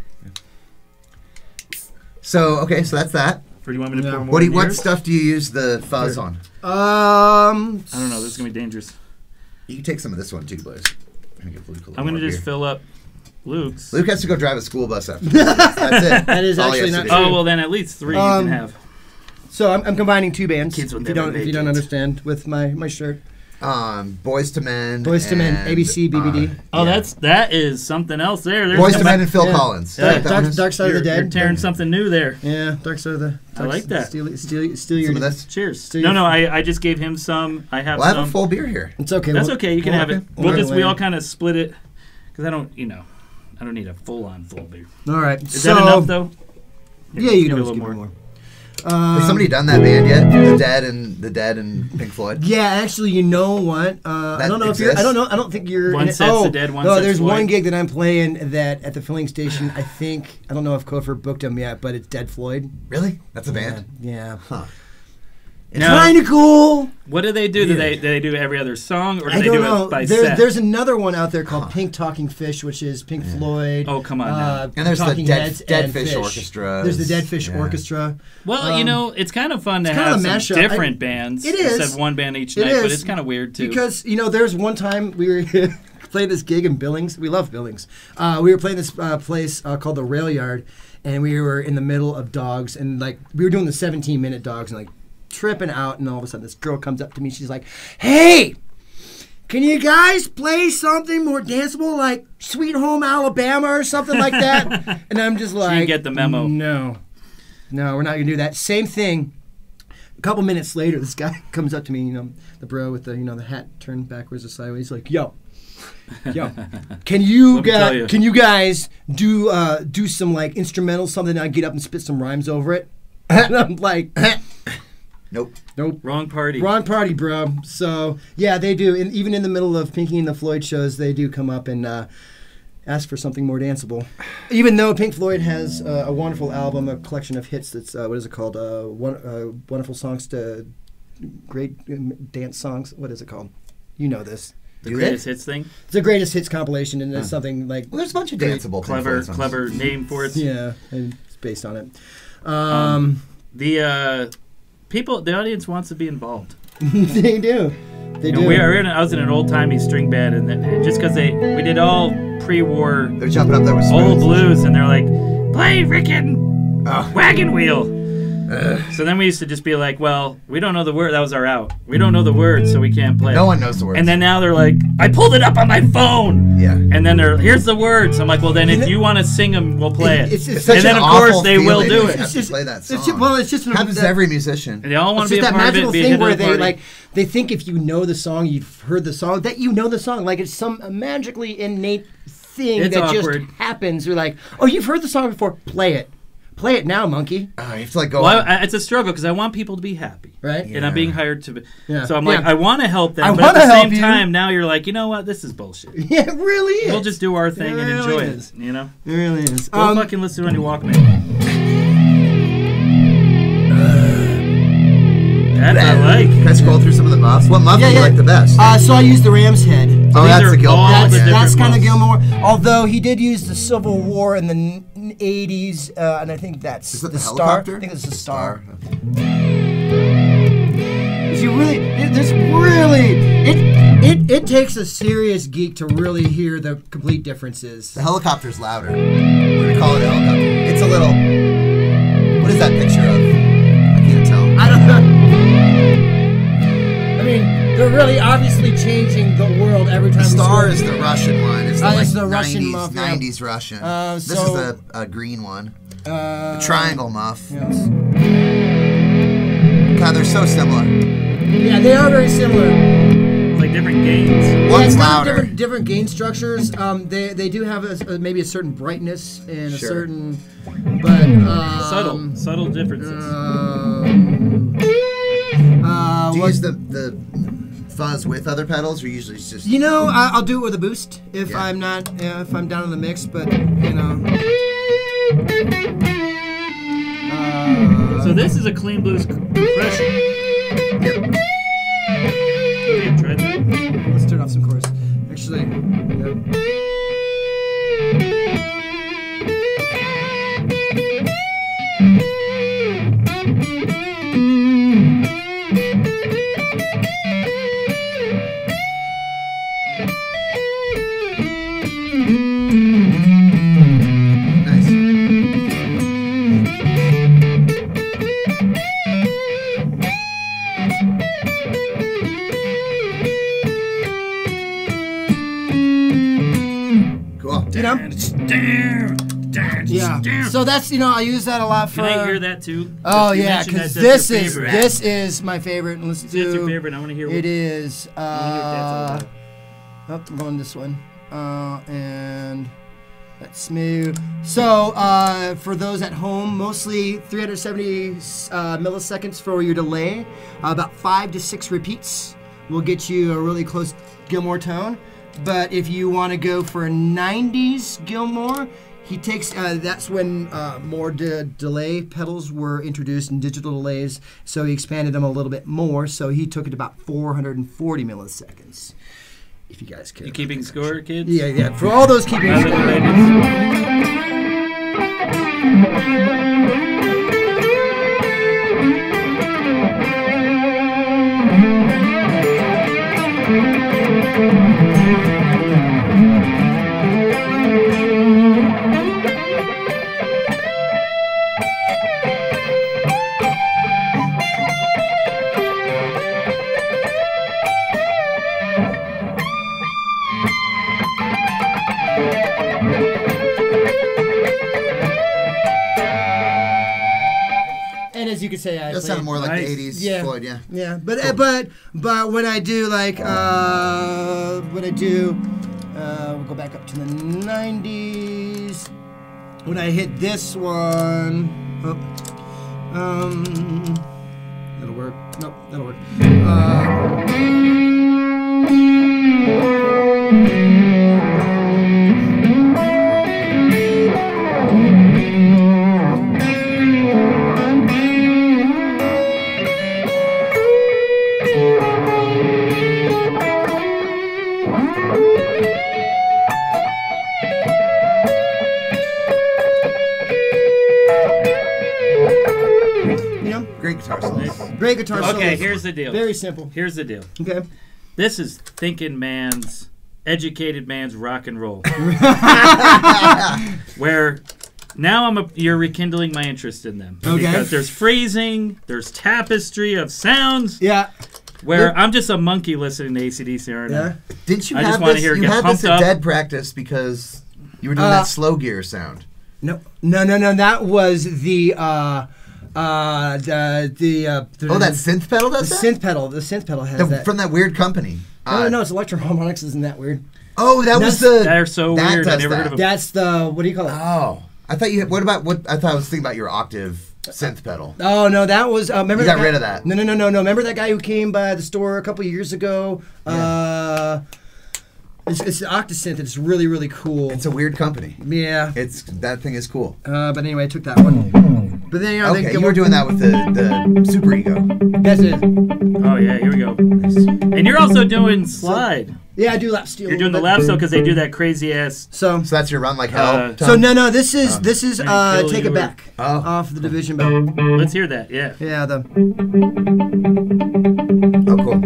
[SPEAKER 2] So okay, so that's that.
[SPEAKER 1] Or do you want me to
[SPEAKER 4] Yeah.
[SPEAKER 1] pour more?
[SPEAKER 2] What do you,
[SPEAKER 1] in
[SPEAKER 2] what
[SPEAKER 1] yours?
[SPEAKER 2] stuff do you use the fuzz on?
[SPEAKER 4] um.
[SPEAKER 1] I don't know. This is gonna be dangerous.
[SPEAKER 2] You can take some of this one too, Blaze. I'm gonna, give Luke a little
[SPEAKER 1] I'm gonna
[SPEAKER 2] more
[SPEAKER 1] just
[SPEAKER 2] beer.
[SPEAKER 1] fill up Luke's.
[SPEAKER 2] Luke has to go drive a school bus after. this. That's it.
[SPEAKER 4] That is
[SPEAKER 2] All he
[SPEAKER 4] actually
[SPEAKER 2] has
[SPEAKER 4] not
[SPEAKER 2] to do.
[SPEAKER 1] Oh well, then at least three you
[SPEAKER 4] Um,
[SPEAKER 1] can have.
[SPEAKER 4] So I'm, I'm combining two bands.
[SPEAKER 1] Kids will
[SPEAKER 4] if you
[SPEAKER 1] never
[SPEAKER 4] don't, if
[SPEAKER 1] make
[SPEAKER 4] you don't
[SPEAKER 1] it.
[SPEAKER 4] understand, with my my shirt.
[SPEAKER 2] Um, Boys to Men.
[SPEAKER 4] Boyz II Men, ABC, BBD.
[SPEAKER 1] Oh,
[SPEAKER 2] yeah.
[SPEAKER 1] that's that is something else there. There's
[SPEAKER 2] Boys to
[SPEAKER 1] some-
[SPEAKER 2] Men and Phil
[SPEAKER 4] Yeah.
[SPEAKER 2] Collins.
[SPEAKER 1] Yeah.
[SPEAKER 2] That- that one
[SPEAKER 4] Dark,
[SPEAKER 2] is-
[SPEAKER 4] Dark Side
[SPEAKER 1] you're,
[SPEAKER 4] of the Dead.
[SPEAKER 1] you're tearing something new there.
[SPEAKER 4] yeah, Dark Side of the. Dark
[SPEAKER 1] like that.
[SPEAKER 4] Steal, steal, steal your.
[SPEAKER 2] Some of this.
[SPEAKER 1] Cheers.
[SPEAKER 4] So
[SPEAKER 1] no,
[SPEAKER 4] you-
[SPEAKER 1] no, I, I just gave him some. I have
[SPEAKER 2] Well, I
[SPEAKER 1] some.
[SPEAKER 2] have a full beer here.
[SPEAKER 4] It's okay.
[SPEAKER 1] That's
[SPEAKER 4] we'll-
[SPEAKER 1] okay. You can
[SPEAKER 4] we'll-
[SPEAKER 1] have it.
[SPEAKER 4] we'll
[SPEAKER 1] We'll
[SPEAKER 4] have it
[SPEAKER 1] just we all
[SPEAKER 4] later.
[SPEAKER 1] kind of split it because I don't, you know, I don't need a full on full beer.
[SPEAKER 4] All right.
[SPEAKER 1] Is
[SPEAKER 4] so,
[SPEAKER 1] that enough though? Give me a
[SPEAKER 4] Yeah, you can always
[SPEAKER 1] little
[SPEAKER 4] give me
[SPEAKER 1] more.
[SPEAKER 4] more. Um,
[SPEAKER 2] Has somebody done that band yet? The Dead and the Dead and Pink Floyd.
[SPEAKER 4] Yeah, actually, you know what? Uh, I
[SPEAKER 2] That
[SPEAKER 4] don't know if you're. I
[SPEAKER 2] exists?
[SPEAKER 4] don't know. I don't think you're.
[SPEAKER 1] One
[SPEAKER 4] in it.
[SPEAKER 1] set's
[SPEAKER 4] oh,
[SPEAKER 1] the dead, one
[SPEAKER 4] no,
[SPEAKER 1] set's
[SPEAKER 4] there's one
[SPEAKER 1] Floyd.
[SPEAKER 4] gig that I'm playing that at the filling station. I think I don't know if Kofer booked him yet, but it's Dead Floyd.
[SPEAKER 2] Really? That's a band.
[SPEAKER 4] Yeah.
[SPEAKER 2] Huh.
[SPEAKER 4] It's
[SPEAKER 1] Now-
[SPEAKER 4] kind of cool.
[SPEAKER 1] What do they do? Do they do they do every other song or do
[SPEAKER 4] I
[SPEAKER 1] they
[SPEAKER 4] don't
[SPEAKER 1] do
[SPEAKER 4] know.
[SPEAKER 1] it by
[SPEAKER 4] There's
[SPEAKER 1] set?
[SPEAKER 4] there's another one out there called
[SPEAKER 2] Huh.
[SPEAKER 4] Pink Talking Fish, which is Pink Floyd.
[SPEAKER 1] Oh, come on
[SPEAKER 4] Uh,
[SPEAKER 1] now.
[SPEAKER 2] And there's the
[SPEAKER 4] Talking
[SPEAKER 2] Dead-
[SPEAKER 4] Heads
[SPEAKER 2] Dead
[SPEAKER 4] and
[SPEAKER 2] Fish Orchestra
[SPEAKER 4] There's the
[SPEAKER 2] is-
[SPEAKER 4] Dead Fish
[SPEAKER 2] yeah.
[SPEAKER 4] Orchestra.
[SPEAKER 1] well, you
[SPEAKER 4] um,
[SPEAKER 1] know, it's kind of fun to
[SPEAKER 4] it's kind
[SPEAKER 1] have
[SPEAKER 4] of a
[SPEAKER 1] some
[SPEAKER 4] mashup. I-
[SPEAKER 1] different bands.
[SPEAKER 4] It
[SPEAKER 1] instead
[SPEAKER 4] is.
[SPEAKER 1] of one band each
[SPEAKER 4] It
[SPEAKER 1] night, but
[SPEAKER 4] is.
[SPEAKER 1] it's kind of weird too.
[SPEAKER 4] Because you know, there's one time we were playing this gig in Billings. We love Billings. Uh, we were playing this uh, place uh, called the Rail Yard, and we were in the middle of dogs, and like we were doing the 17 minute dogs, and like tripping out, and all of a sudden this girl comes up to me. She's like, "Hey." Can you guys play something more danceable like Sweet Home Alabama or something like that? and I'm just like,
[SPEAKER 1] get the memo.
[SPEAKER 4] No, no, we're not gonna do that. Same thing. A couple minutes later, this guy comes up to me, you know, the bro with the you know the hat turned backwards or sideways, like, "Yo, yo, can you
[SPEAKER 1] Let me tell
[SPEAKER 4] guys
[SPEAKER 1] you.
[SPEAKER 4] can you guys do uh, do some like instrumental something?" And I get up and spit some rhymes over it, and I'm like,
[SPEAKER 2] Nope.
[SPEAKER 4] "Nope."
[SPEAKER 1] Wrong party.
[SPEAKER 4] Wrong party, bro. So yeah, they do. And even in the middle of Pinky and the Floyd shows, they do come up and uh, ask for something more danceable. Even though Pink Floyd has uh, a wonderful album, a collection of hits. That's uh, what is it called? Uh, one, uh, wonderful songs to great um, dance songs. What is it called? You know this.
[SPEAKER 1] the
[SPEAKER 2] Do
[SPEAKER 1] greatest
[SPEAKER 2] they?
[SPEAKER 1] hits thing.
[SPEAKER 4] It's the greatest hits compilation, and it's something like
[SPEAKER 2] Well, there's a bunch of danceable. Pink
[SPEAKER 1] Clever,
[SPEAKER 2] Floyd songs.
[SPEAKER 1] clever name for it.
[SPEAKER 4] yeah, and it's based on it. Um,
[SPEAKER 1] The uh, people, the audience wants to be involved.
[SPEAKER 4] they do. They
[SPEAKER 1] You know,
[SPEAKER 4] do.
[SPEAKER 1] we are in. I was in an old timey string band, and, then- and just because they we did all pre-war
[SPEAKER 2] They're jumping up there with
[SPEAKER 1] old
[SPEAKER 2] spoons.
[SPEAKER 1] blues, and they're like, play Rickon
[SPEAKER 4] Oh.
[SPEAKER 2] Ah.
[SPEAKER 1] Wagon Wheel. So then we used to just be like, well, we don't know the word. That was our out. We don't know the word, so we can't play.
[SPEAKER 2] No
[SPEAKER 1] it.
[SPEAKER 2] one knows the words.
[SPEAKER 1] And then now they're like, I pulled it up on my phone.
[SPEAKER 2] Yeah.
[SPEAKER 1] And then they're here's the words. I'm like, well, then if you want to sing them, we'll play it.
[SPEAKER 4] It's- it's
[SPEAKER 2] such
[SPEAKER 1] and then
[SPEAKER 2] an
[SPEAKER 1] of course
[SPEAKER 2] awful
[SPEAKER 1] they will
[SPEAKER 2] feeling.
[SPEAKER 1] do
[SPEAKER 2] Yeah.
[SPEAKER 1] it.
[SPEAKER 2] Just play that
[SPEAKER 4] It's
[SPEAKER 2] song.
[SPEAKER 4] just, well, it's just an-
[SPEAKER 2] happens to
[SPEAKER 4] that-
[SPEAKER 2] every musician.
[SPEAKER 1] They all want
[SPEAKER 4] It's
[SPEAKER 1] to be
[SPEAKER 4] just
[SPEAKER 1] a
[SPEAKER 4] that
[SPEAKER 1] part of
[SPEAKER 4] magical
[SPEAKER 1] it. Be a
[SPEAKER 4] thing
[SPEAKER 1] hit of
[SPEAKER 4] where
[SPEAKER 1] the
[SPEAKER 4] they
[SPEAKER 1] party.
[SPEAKER 4] like they think if you know the song, you've heard the song, that you know the song. Like it's some magically innate thing
[SPEAKER 1] It's
[SPEAKER 4] that
[SPEAKER 1] awkward.
[SPEAKER 4] just happens. You're like, oh, you've heard the song before. Play it, play it now, monkey.
[SPEAKER 2] Oh, you have to like go.
[SPEAKER 1] Well,
[SPEAKER 2] on.
[SPEAKER 1] I, I- it's a struggle because I want people to be happy,
[SPEAKER 4] Right?
[SPEAKER 1] And I'm being
[SPEAKER 2] Yeah.
[SPEAKER 1] hired to. Be,
[SPEAKER 4] Yeah.
[SPEAKER 1] So I'm
[SPEAKER 4] Yeah.
[SPEAKER 1] like, I want to help them,
[SPEAKER 4] I
[SPEAKER 1] but at the
[SPEAKER 4] wanna help
[SPEAKER 1] same
[SPEAKER 4] you.
[SPEAKER 1] time, now you're like, you know what? This is bullshit.
[SPEAKER 4] Yeah, it really is.
[SPEAKER 1] We'll just do our thing and
[SPEAKER 4] really
[SPEAKER 1] enjoy
[SPEAKER 4] is.
[SPEAKER 1] it. You know,
[SPEAKER 4] it really is.
[SPEAKER 1] go
[SPEAKER 4] Um,
[SPEAKER 1] fucking listen on your Walkman. That's
[SPEAKER 2] Bad.
[SPEAKER 1] Uh, I like.
[SPEAKER 2] Can I scroll through some of the muffs? What muff
[SPEAKER 4] Yeah,
[SPEAKER 2] do you
[SPEAKER 4] yeah.
[SPEAKER 2] like the best?
[SPEAKER 4] uh, so I used the ram's head.
[SPEAKER 2] oh,
[SPEAKER 1] these
[SPEAKER 2] that's
[SPEAKER 1] are
[SPEAKER 2] a Gilmore.
[SPEAKER 1] all
[SPEAKER 4] That's,
[SPEAKER 1] the
[SPEAKER 2] yeah.
[SPEAKER 4] that's
[SPEAKER 1] different
[SPEAKER 4] kind of
[SPEAKER 1] ones.
[SPEAKER 4] Gilmore. Although he did use the Civil War in the n- 80s, uh, and I think that's
[SPEAKER 2] Is that the,
[SPEAKER 4] the, star.
[SPEAKER 2] helicopter?
[SPEAKER 4] I think it's the star.
[SPEAKER 2] star.
[SPEAKER 4] If you really, it, this really, it, it, it takes a serious geek to really hear the complete differences.
[SPEAKER 2] The helicopter's louder. We're gonna call it a helicopter. It's a little. What is that picture of? I can't tell.
[SPEAKER 4] I don't know. I mean, They're really obviously changing the world every time.
[SPEAKER 2] The
[SPEAKER 4] we
[SPEAKER 2] star
[SPEAKER 4] score.
[SPEAKER 2] is the Russian one. It's the,
[SPEAKER 4] Oh,
[SPEAKER 2] like,
[SPEAKER 4] it's the
[SPEAKER 2] 90s,
[SPEAKER 4] Russian muff, yeah.
[SPEAKER 2] 90s Russian.
[SPEAKER 4] Uh,
[SPEAKER 2] this is
[SPEAKER 4] so-
[SPEAKER 2] the uh, green one.
[SPEAKER 4] Uh,
[SPEAKER 2] Triangle muff.
[SPEAKER 4] yes.
[SPEAKER 2] God, they're so similar.
[SPEAKER 4] Yeah, they are very similar.
[SPEAKER 1] It's like different games.
[SPEAKER 4] Yeah,
[SPEAKER 2] One's
[SPEAKER 4] it's got
[SPEAKER 2] louder.
[SPEAKER 4] Different, different gain structures. Um, they they do have a, a- maybe a certain brightness and a
[SPEAKER 2] Sure.
[SPEAKER 4] certain, but um, uh,
[SPEAKER 1] Subtle, subtle differences.
[SPEAKER 4] Um, uh,
[SPEAKER 2] Do you
[SPEAKER 4] what-
[SPEAKER 2] use the, the fuzz with other pedals, or usually it's just
[SPEAKER 4] you know, I, I'll do it with a boost if
[SPEAKER 2] Yeah.
[SPEAKER 4] I'm not uh, if I'm down in the mix, but you know. Uh,
[SPEAKER 1] so this is a clean blues compression.
[SPEAKER 2] Yep.
[SPEAKER 1] Okay, try that.
[SPEAKER 4] Let's turn off some chorus. Actually, yeah.
[SPEAKER 2] nice? Cool.
[SPEAKER 4] you know,
[SPEAKER 1] Damn, damn,
[SPEAKER 4] yeah. So that's you know I use that a lot for.
[SPEAKER 1] Can I hear that too?
[SPEAKER 4] Uh, Oh
[SPEAKER 1] You
[SPEAKER 4] yeah,
[SPEAKER 1] mentioned
[SPEAKER 4] because
[SPEAKER 1] that that's
[SPEAKER 4] this
[SPEAKER 1] your
[SPEAKER 4] is
[SPEAKER 1] favorite.
[SPEAKER 4] this is my favorite. And let's
[SPEAKER 1] That's
[SPEAKER 4] do
[SPEAKER 1] your favorite. I want to hear.
[SPEAKER 4] It is.
[SPEAKER 1] I
[SPEAKER 4] Uh,
[SPEAKER 1] wanna hear
[SPEAKER 4] up I'm going this one, uh, and that's smooth. So uh, for those at home, mostly 370 uh, milliseconds for your delay, Uh, about five to six repeats will get you a really close Gilmore tone. But if you want to go for a 90s Gilmore, he takes. Uh, that's when uh, more de- delay pedals were introduced and digital delays, so he expanded them a little bit more. So he took it to about 440 milliseconds. If you guys care.
[SPEAKER 1] You keeping score, kids?
[SPEAKER 4] yeah, yeah. For all those keeping.
[SPEAKER 1] My little babies.
[SPEAKER 4] And as you can say, I
[SPEAKER 2] That sounded
[SPEAKER 4] played-
[SPEAKER 2] more like
[SPEAKER 1] Nice.
[SPEAKER 2] the 80s
[SPEAKER 4] Yeah.
[SPEAKER 2] Floyd, yeah.
[SPEAKER 4] Yeah, but uh, but but when I do like uh, when I do, uh, we'll go back up to the '90s. When I hit this one, oh, um, that'll work. Nope, that'll work. Uh, you know,
[SPEAKER 2] Great guitar solos.
[SPEAKER 4] great guitar solo.
[SPEAKER 1] Okay, here's the deal.
[SPEAKER 4] very simple.
[SPEAKER 1] Here's the deal.
[SPEAKER 4] Okay,
[SPEAKER 1] This is thinking man's, educated man's rock and roll. Where now I'm a, you're rekindling my interest in them.
[SPEAKER 4] Okay.
[SPEAKER 1] Because there's phrasing, there's tapestry of sounds,
[SPEAKER 4] yeah,
[SPEAKER 1] where I'm just a monkey listening to ACDC right
[SPEAKER 4] yeah.
[SPEAKER 1] now.
[SPEAKER 2] Didn't you
[SPEAKER 1] I just
[SPEAKER 2] have
[SPEAKER 1] wanna
[SPEAKER 2] this?
[SPEAKER 1] hear it
[SPEAKER 2] you
[SPEAKER 1] get
[SPEAKER 2] had
[SPEAKER 1] pumped
[SPEAKER 2] this at
[SPEAKER 1] up.
[SPEAKER 2] dead practice because you were doing
[SPEAKER 4] Uh,
[SPEAKER 2] that slow gear sound.
[SPEAKER 4] No, no, no, no. That was the uh, uh, the the. Uh,
[SPEAKER 2] Oh, that synth pedal
[SPEAKER 4] the
[SPEAKER 2] does that?
[SPEAKER 4] synth pedal. The synth pedal has
[SPEAKER 2] The-
[SPEAKER 4] that.
[SPEAKER 2] From that weird company.
[SPEAKER 4] No,
[SPEAKER 2] Uh,
[SPEAKER 4] no, it's Electro Harmonics. Isn't that weird?
[SPEAKER 2] Oh, that was the.
[SPEAKER 4] That's-
[SPEAKER 1] They're so
[SPEAKER 2] that
[SPEAKER 1] weird. I
[SPEAKER 2] does
[SPEAKER 1] never
[SPEAKER 2] that.
[SPEAKER 1] heard of them.
[SPEAKER 4] That's the what do you call it?
[SPEAKER 2] Oh, I thought you. had- What about what? I thought I was thinking about your octave synth pedal.
[SPEAKER 4] Oh no, that was uh, remember
[SPEAKER 2] You
[SPEAKER 4] that
[SPEAKER 2] got
[SPEAKER 4] guy-
[SPEAKER 2] rid of that.
[SPEAKER 4] No, no, no, no, no. Remember that guy who came by the store a couple years ago? Uh, it's it's the Octosynth. It's really really cool.
[SPEAKER 2] It's a weird company.
[SPEAKER 4] yeah.
[SPEAKER 2] It's that thing is cool.
[SPEAKER 4] Uh, but anyway, I took that one. But then you know, they
[SPEAKER 2] Okay,
[SPEAKER 4] get
[SPEAKER 2] you were doing that with the the super ego.
[SPEAKER 4] That's it.
[SPEAKER 1] Oh, yeah, here we go. And you're also doing slide.
[SPEAKER 4] Yeah, I do lap steel. a
[SPEAKER 1] You're doing the
[SPEAKER 4] little
[SPEAKER 1] lap
[SPEAKER 4] bit.
[SPEAKER 1] so because they do that crazy ass.
[SPEAKER 4] So
[SPEAKER 2] So that's your run like hell.
[SPEAKER 1] Uh,
[SPEAKER 2] Tom?
[SPEAKER 4] so no no this is this is
[SPEAKER 1] Thank
[SPEAKER 4] uh
[SPEAKER 1] you,
[SPEAKER 4] take
[SPEAKER 1] you
[SPEAKER 4] it
[SPEAKER 1] were-
[SPEAKER 4] back
[SPEAKER 2] Oh.
[SPEAKER 4] off the division belt.
[SPEAKER 1] Let's hear that. Yeah.
[SPEAKER 4] Yeah the
[SPEAKER 2] Oh, cool.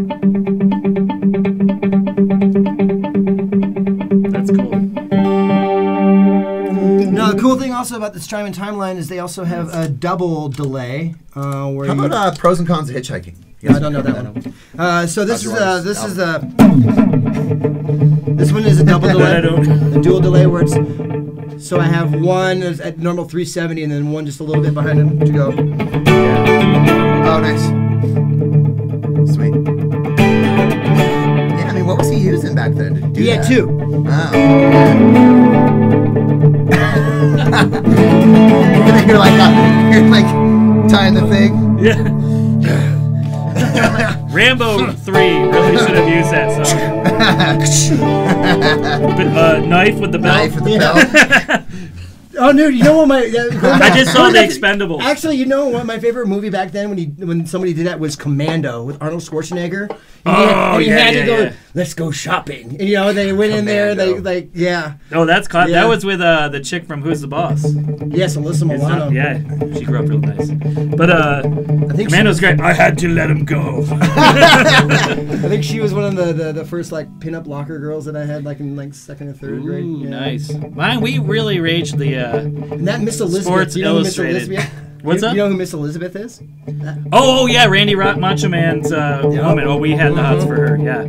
[SPEAKER 1] That's cool.
[SPEAKER 4] no the cool thing also about the Strymon timeline is they also have a double delay uh, where
[SPEAKER 2] How
[SPEAKER 4] you
[SPEAKER 2] about uh, pros and cons of hitchhiking?
[SPEAKER 4] Yeah, I don't know that one. Uh, so this is uh,
[SPEAKER 2] Roy's
[SPEAKER 4] this is uh, this one is a double delay,
[SPEAKER 1] I don't-
[SPEAKER 4] a dual delay where it's. So I have one is at normal 370 and then one just a little bit behind him to go.
[SPEAKER 2] Oh, nice. Sweet. Yeah, I mean, what was he using back then? To do
[SPEAKER 4] He had
[SPEAKER 2] that? Oh.
[SPEAKER 4] two.
[SPEAKER 2] Wow. Yeah. you're like, uh, you're like tying the thing.
[SPEAKER 1] Yeah. Rambo 3 really should have used that song. But, uh, knife with the belt.
[SPEAKER 2] Knife with the belt.
[SPEAKER 4] Oh no! You know what my
[SPEAKER 1] I just saw the Expendables.
[SPEAKER 4] Actually, you know what my favorite movie back then when he when somebody did that was Commando with Arnold Schwarzenegger. And he
[SPEAKER 1] Oh,
[SPEAKER 4] and he
[SPEAKER 1] yeah,
[SPEAKER 4] had to
[SPEAKER 1] yeah,
[SPEAKER 4] go,
[SPEAKER 1] yeah.
[SPEAKER 4] Let's go shopping. And, you know they went in there. They
[SPEAKER 2] Commando.
[SPEAKER 4] like yeah
[SPEAKER 1] oh, that's cla-
[SPEAKER 4] Yeah.
[SPEAKER 1] that was with uh, the chick from Who's the Boss.
[SPEAKER 4] yes Alyssa
[SPEAKER 1] It's not-
[SPEAKER 4] Milano.
[SPEAKER 1] yeah, she grew up real nice. But uh,
[SPEAKER 4] I think she,
[SPEAKER 1] Commando's great. I had to let him go.
[SPEAKER 4] I think she was one of the, the, the first like pinup locker girls that I had like in like second or third grade.
[SPEAKER 1] Ooh,
[SPEAKER 4] Yeah.
[SPEAKER 1] nice. Mine, we really raged the. Uh,
[SPEAKER 4] And that Miss Elizabeth.
[SPEAKER 1] Sports
[SPEAKER 4] you know who Miss
[SPEAKER 1] Illustrated.
[SPEAKER 4] Elizabeth?
[SPEAKER 1] What's
[SPEAKER 4] you,
[SPEAKER 1] up?
[SPEAKER 4] You know who Miss Elizabeth is?
[SPEAKER 1] oh, oh, yeah, Randy Rock Macho Man's uh, woman. Oh, we had the hots for her. Yeah,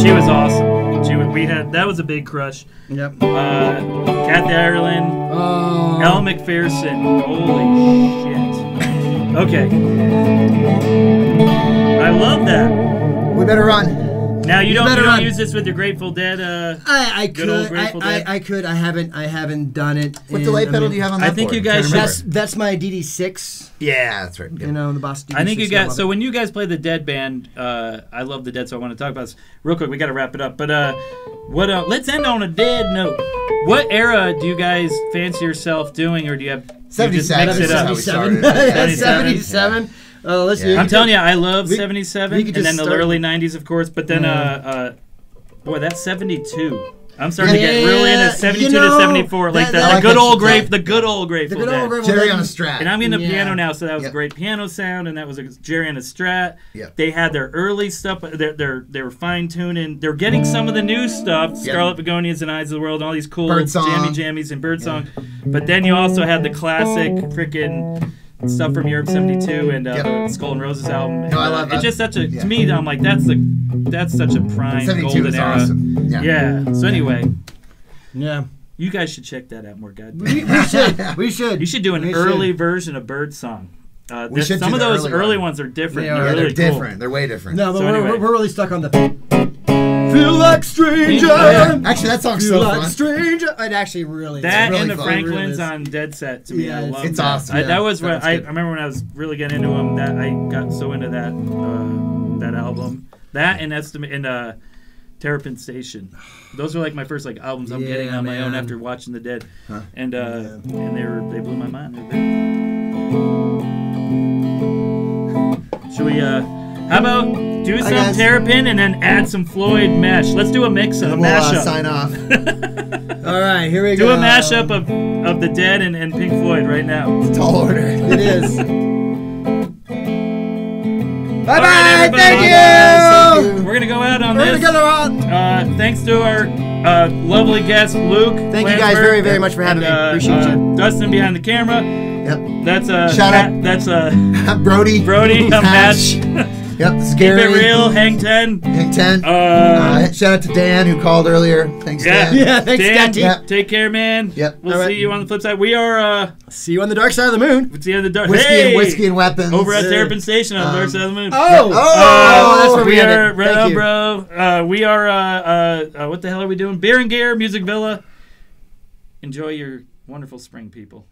[SPEAKER 1] she was awesome. She, wa- we had that was a big crush.
[SPEAKER 4] Yep.
[SPEAKER 1] Uh, Kathy Ireland.
[SPEAKER 4] Oh.
[SPEAKER 1] Al McPherson. Holy shit. Okay. I love that.
[SPEAKER 2] we better run.
[SPEAKER 1] Now you don't, you
[SPEAKER 4] better
[SPEAKER 1] don't
[SPEAKER 4] run.
[SPEAKER 1] use this with your Grateful Dead. Uh,
[SPEAKER 4] I, I
[SPEAKER 1] Good old
[SPEAKER 4] could I,
[SPEAKER 1] Grateful
[SPEAKER 4] I,
[SPEAKER 1] Dead.
[SPEAKER 4] I could I haven't I haven't done it.
[SPEAKER 2] What
[SPEAKER 4] in-
[SPEAKER 2] delay
[SPEAKER 4] I
[SPEAKER 2] pedal
[SPEAKER 4] mean,
[SPEAKER 2] do you have on
[SPEAKER 1] I
[SPEAKER 2] that?
[SPEAKER 1] think
[SPEAKER 2] for?
[SPEAKER 1] you
[SPEAKER 2] Can't
[SPEAKER 1] guys
[SPEAKER 2] remember.
[SPEAKER 4] That's that's my DD6.
[SPEAKER 2] Yeah, that's right.
[SPEAKER 4] You know the boss. DD6
[SPEAKER 1] I think you got
[SPEAKER 4] love
[SPEAKER 1] so
[SPEAKER 4] it.
[SPEAKER 1] when you guys play the Dead band. Uh, I love the Dead, so I want to talk about this real quick. We got to wrap it up, but uh, what? Uh, let's end on a dead note. What era do you guys fancy yourself doing, or do you have you just
[SPEAKER 2] Seventy-seven.
[SPEAKER 1] Mix it up.
[SPEAKER 2] That's how we
[SPEAKER 4] 77.
[SPEAKER 2] started.
[SPEAKER 4] Yeah,
[SPEAKER 1] 77.
[SPEAKER 4] 77. Uh, let's
[SPEAKER 2] Yeah.
[SPEAKER 4] see.
[SPEAKER 1] I'm telling you, I love
[SPEAKER 4] we-
[SPEAKER 1] '77
[SPEAKER 4] we could
[SPEAKER 1] and then
[SPEAKER 4] just
[SPEAKER 1] the
[SPEAKER 4] start-
[SPEAKER 1] early '90s, of course. But then, uh, uh, boy, that's '72. I'm starting to get
[SPEAKER 4] Yeah,
[SPEAKER 1] really into
[SPEAKER 4] you
[SPEAKER 1] '72
[SPEAKER 4] know,
[SPEAKER 1] to '74, like
[SPEAKER 4] that-
[SPEAKER 1] the,
[SPEAKER 4] that-
[SPEAKER 1] the
[SPEAKER 2] like
[SPEAKER 1] good
[SPEAKER 2] that-
[SPEAKER 1] old
[SPEAKER 4] that-
[SPEAKER 1] grape, the good old Grateful
[SPEAKER 4] good
[SPEAKER 1] Dead.
[SPEAKER 4] old Grateful
[SPEAKER 2] Jerry on a strap.
[SPEAKER 1] And I'm in the
[SPEAKER 4] Yeah.
[SPEAKER 1] piano now, so that was a
[SPEAKER 2] Yep.
[SPEAKER 1] great piano sound, and that was a Jerry and a Strat.
[SPEAKER 2] Yep.
[SPEAKER 1] They had their early stuff. They're they're they were fine tuning. They're getting some of the new stuff, Scarlet Begonias and Eyes of the World, all these cool
[SPEAKER 2] Birdsong.
[SPEAKER 1] jammy jammies and birdsong. But then you also had the classic freaking stuff from Europe '72 and uh,
[SPEAKER 2] Yep.
[SPEAKER 1] Skull and Roses album. And,
[SPEAKER 2] No, I
[SPEAKER 1] uh,
[SPEAKER 2] love
[SPEAKER 1] It's
[SPEAKER 2] that.
[SPEAKER 1] just such a
[SPEAKER 2] Yeah.
[SPEAKER 1] to me. I'm like that's the that's such a prime
[SPEAKER 2] Seventy-two
[SPEAKER 1] golden
[SPEAKER 2] is
[SPEAKER 1] era.
[SPEAKER 2] awesome. Yeah.
[SPEAKER 1] Yeah. So anyway,
[SPEAKER 4] Yeah.
[SPEAKER 1] you guys should check that out more, goddamn.
[SPEAKER 4] We, we should. We should.
[SPEAKER 1] You should do an
[SPEAKER 4] We
[SPEAKER 1] early version of Birdsong. Uh,
[SPEAKER 2] We
[SPEAKER 1] this-
[SPEAKER 2] should
[SPEAKER 1] some
[SPEAKER 2] do
[SPEAKER 1] of
[SPEAKER 2] the
[SPEAKER 1] those
[SPEAKER 2] early
[SPEAKER 1] early,
[SPEAKER 2] one.
[SPEAKER 1] ones are different.
[SPEAKER 4] They are.
[SPEAKER 1] They're
[SPEAKER 2] Yeah, they're
[SPEAKER 1] really cool.
[SPEAKER 2] different. They're way different.
[SPEAKER 4] No, but
[SPEAKER 1] So
[SPEAKER 4] we're,
[SPEAKER 1] anyway.
[SPEAKER 4] we're we're really stuck on the. Feel like stranger.
[SPEAKER 1] Yeah.
[SPEAKER 2] Actually, that song's
[SPEAKER 4] Feel
[SPEAKER 2] so
[SPEAKER 4] like
[SPEAKER 2] fun.
[SPEAKER 4] stranger. It actually really.
[SPEAKER 1] That
[SPEAKER 2] really
[SPEAKER 1] and the
[SPEAKER 2] fun.
[SPEAKER 1] Franklins
[SPEAKER 4] Really is.
[SPEAKER 1] on Dead Set to me,
[SPEAKER 4] Yeah,
[SPEAKER 1] I
[SPEAKER 4] it's-
[SPEAKER 1] love
[SPEAKER 2] It's
[SPEAKER 1] that.
[SPEAKER 2] awesome,
[SPEAKER 1] I,
[SPEAKER 2] yeah.
[SPEAKER 1] that was
[SPEAKER 2] That
[SPEAKER 1] what
[SPEAKER 2] was
[SPEAKER 1] I, I
[SPEAKER 2] good.
[SPEAKER 1] remember when I was really getting into them. That I got so into that uh, that album, that and estimate and uh, Terrapin Station. Those were like my first like albums I'm getting
[SPEAKER 4] Yeah,
[SPEAKER 1] on my own
[SPEAKER 4] man.
[SPEAKER 1] after watching The Dead, and uh, and they were they blew my mind. They're big. Should we? Uh, how about do some
[SPEAKER 2] guys.
[SPEAKER 1] Terrapin and then add some Floyd mesh? Let's do a mix of a
[SPEAKER 2] We'll uh,
[SPEAKER 1] mashup.
[SPEAKER 2] sign off.
[SPEAKER 4] All right, here we
[SPEAKER 1] Do
[SPEAKER 4] go.
[SPEAKER 1] a mashup of, of the Dead and, and Pink Floyd right now.
[SPEAKER 2] Tall order.
[SPEAKER 4] It is.
[SPEAKER 2] Bye
[SPEAKER 1] All right,
[SPEAKER 2] bye.
[SPEAKER 1] everybody.
[SPEAKER 2] Thank you.
[SPEAKER 1] We're gonna go out on
[SPEAKER 4] We're gonna
[SPEAKER 1] this.
[SPEAKER 4] go on.
[SPEAKER 1] Uh, thanks to our uh, lovely guest Luke.
[SPEAKER 4] Thank you guys
[SPEAKER 1] Lansberg,
[SPEAKER 4] very, very much for having
[SPEAKER 1] and,
[SPEAKER 4] me.
[SPEAKER 1] uh,
[SPEAKER 4] Appreciate
[SPEAKER 1] uh,
[SPEAKER 4] you.
[SPEAKER 1] Dustin behind the camera.
[SPEAKER 2] Yep.
[SPEAKER 1] That's uh,
[SPEAKER 2] Shout
[SPEAKER 1] Pat-
[SPEAKER 2] out.
[SPEAKER 1] That's uh,
[SPEAKER 2] I'm Brody.
[SPEAKER 1] Brody. I'm
[SPEAKER 2] Hash.
[SPEAKER 1] Match.
[SPEAKER 2] Yep.
[SPEAKER 1] Keep
[SPEAKER 2] Scary.
[SPEAKER 1] it real. Hang ten.
[SPEAKER 2] Hang ten.
[SPEAKER 1] Uh,
[SPEAKER 2] Uh, shout out to Dan who called earlier. Thanks,
[SPEAKER 1] yeah.
[SPEAKER 2] Dan.
[SPEAKER 4] Yeah, thanks,
[SPEAKER 1] Dan,
[SPEAKER 4] Scotty.
[SPEAKER 2] Yep.
[SPEAKER 1] Take care, man.
[SPEAKER 2] Yep.
[SPEAKER 1] We'll
[SPEAKER 4] All right.
[SPEAKER 1] see you on the flip side. We are uh,
[SPEAKER 4] See you on the dark side of the moon.
[SPEAKER 1] it's the end of the dark.
[SPEAKER 2] Whiskey
[SPEAKER 1] hey,
[SPEAKER 2] and whiskey and weapons.
[SPEAKER 1] over at
[SPEAKER 4] Yeah.
[SPEAKER 1] Terrapin Station on the dark side of the moon.
[SPEAKER 4] Oh,
[SPEAKER 2] Oh,
[SPEAKER 4] that's where we,
[SPEAKER 1] we
[SPEAKER 4] end
[SPEAKER 1] are
[SPEAKER 4] it.
[SPEAKER 1] right
[SPEAKER 4] Thank
[SPEAKER 1] now,
[SPEAKER 4] you.
[SPEAKER 1] bro. Uh, we are uh, uh, uh, what the hell are we doing? Beer and Gear, Music Villa. Enjoy your wonderful spring, people.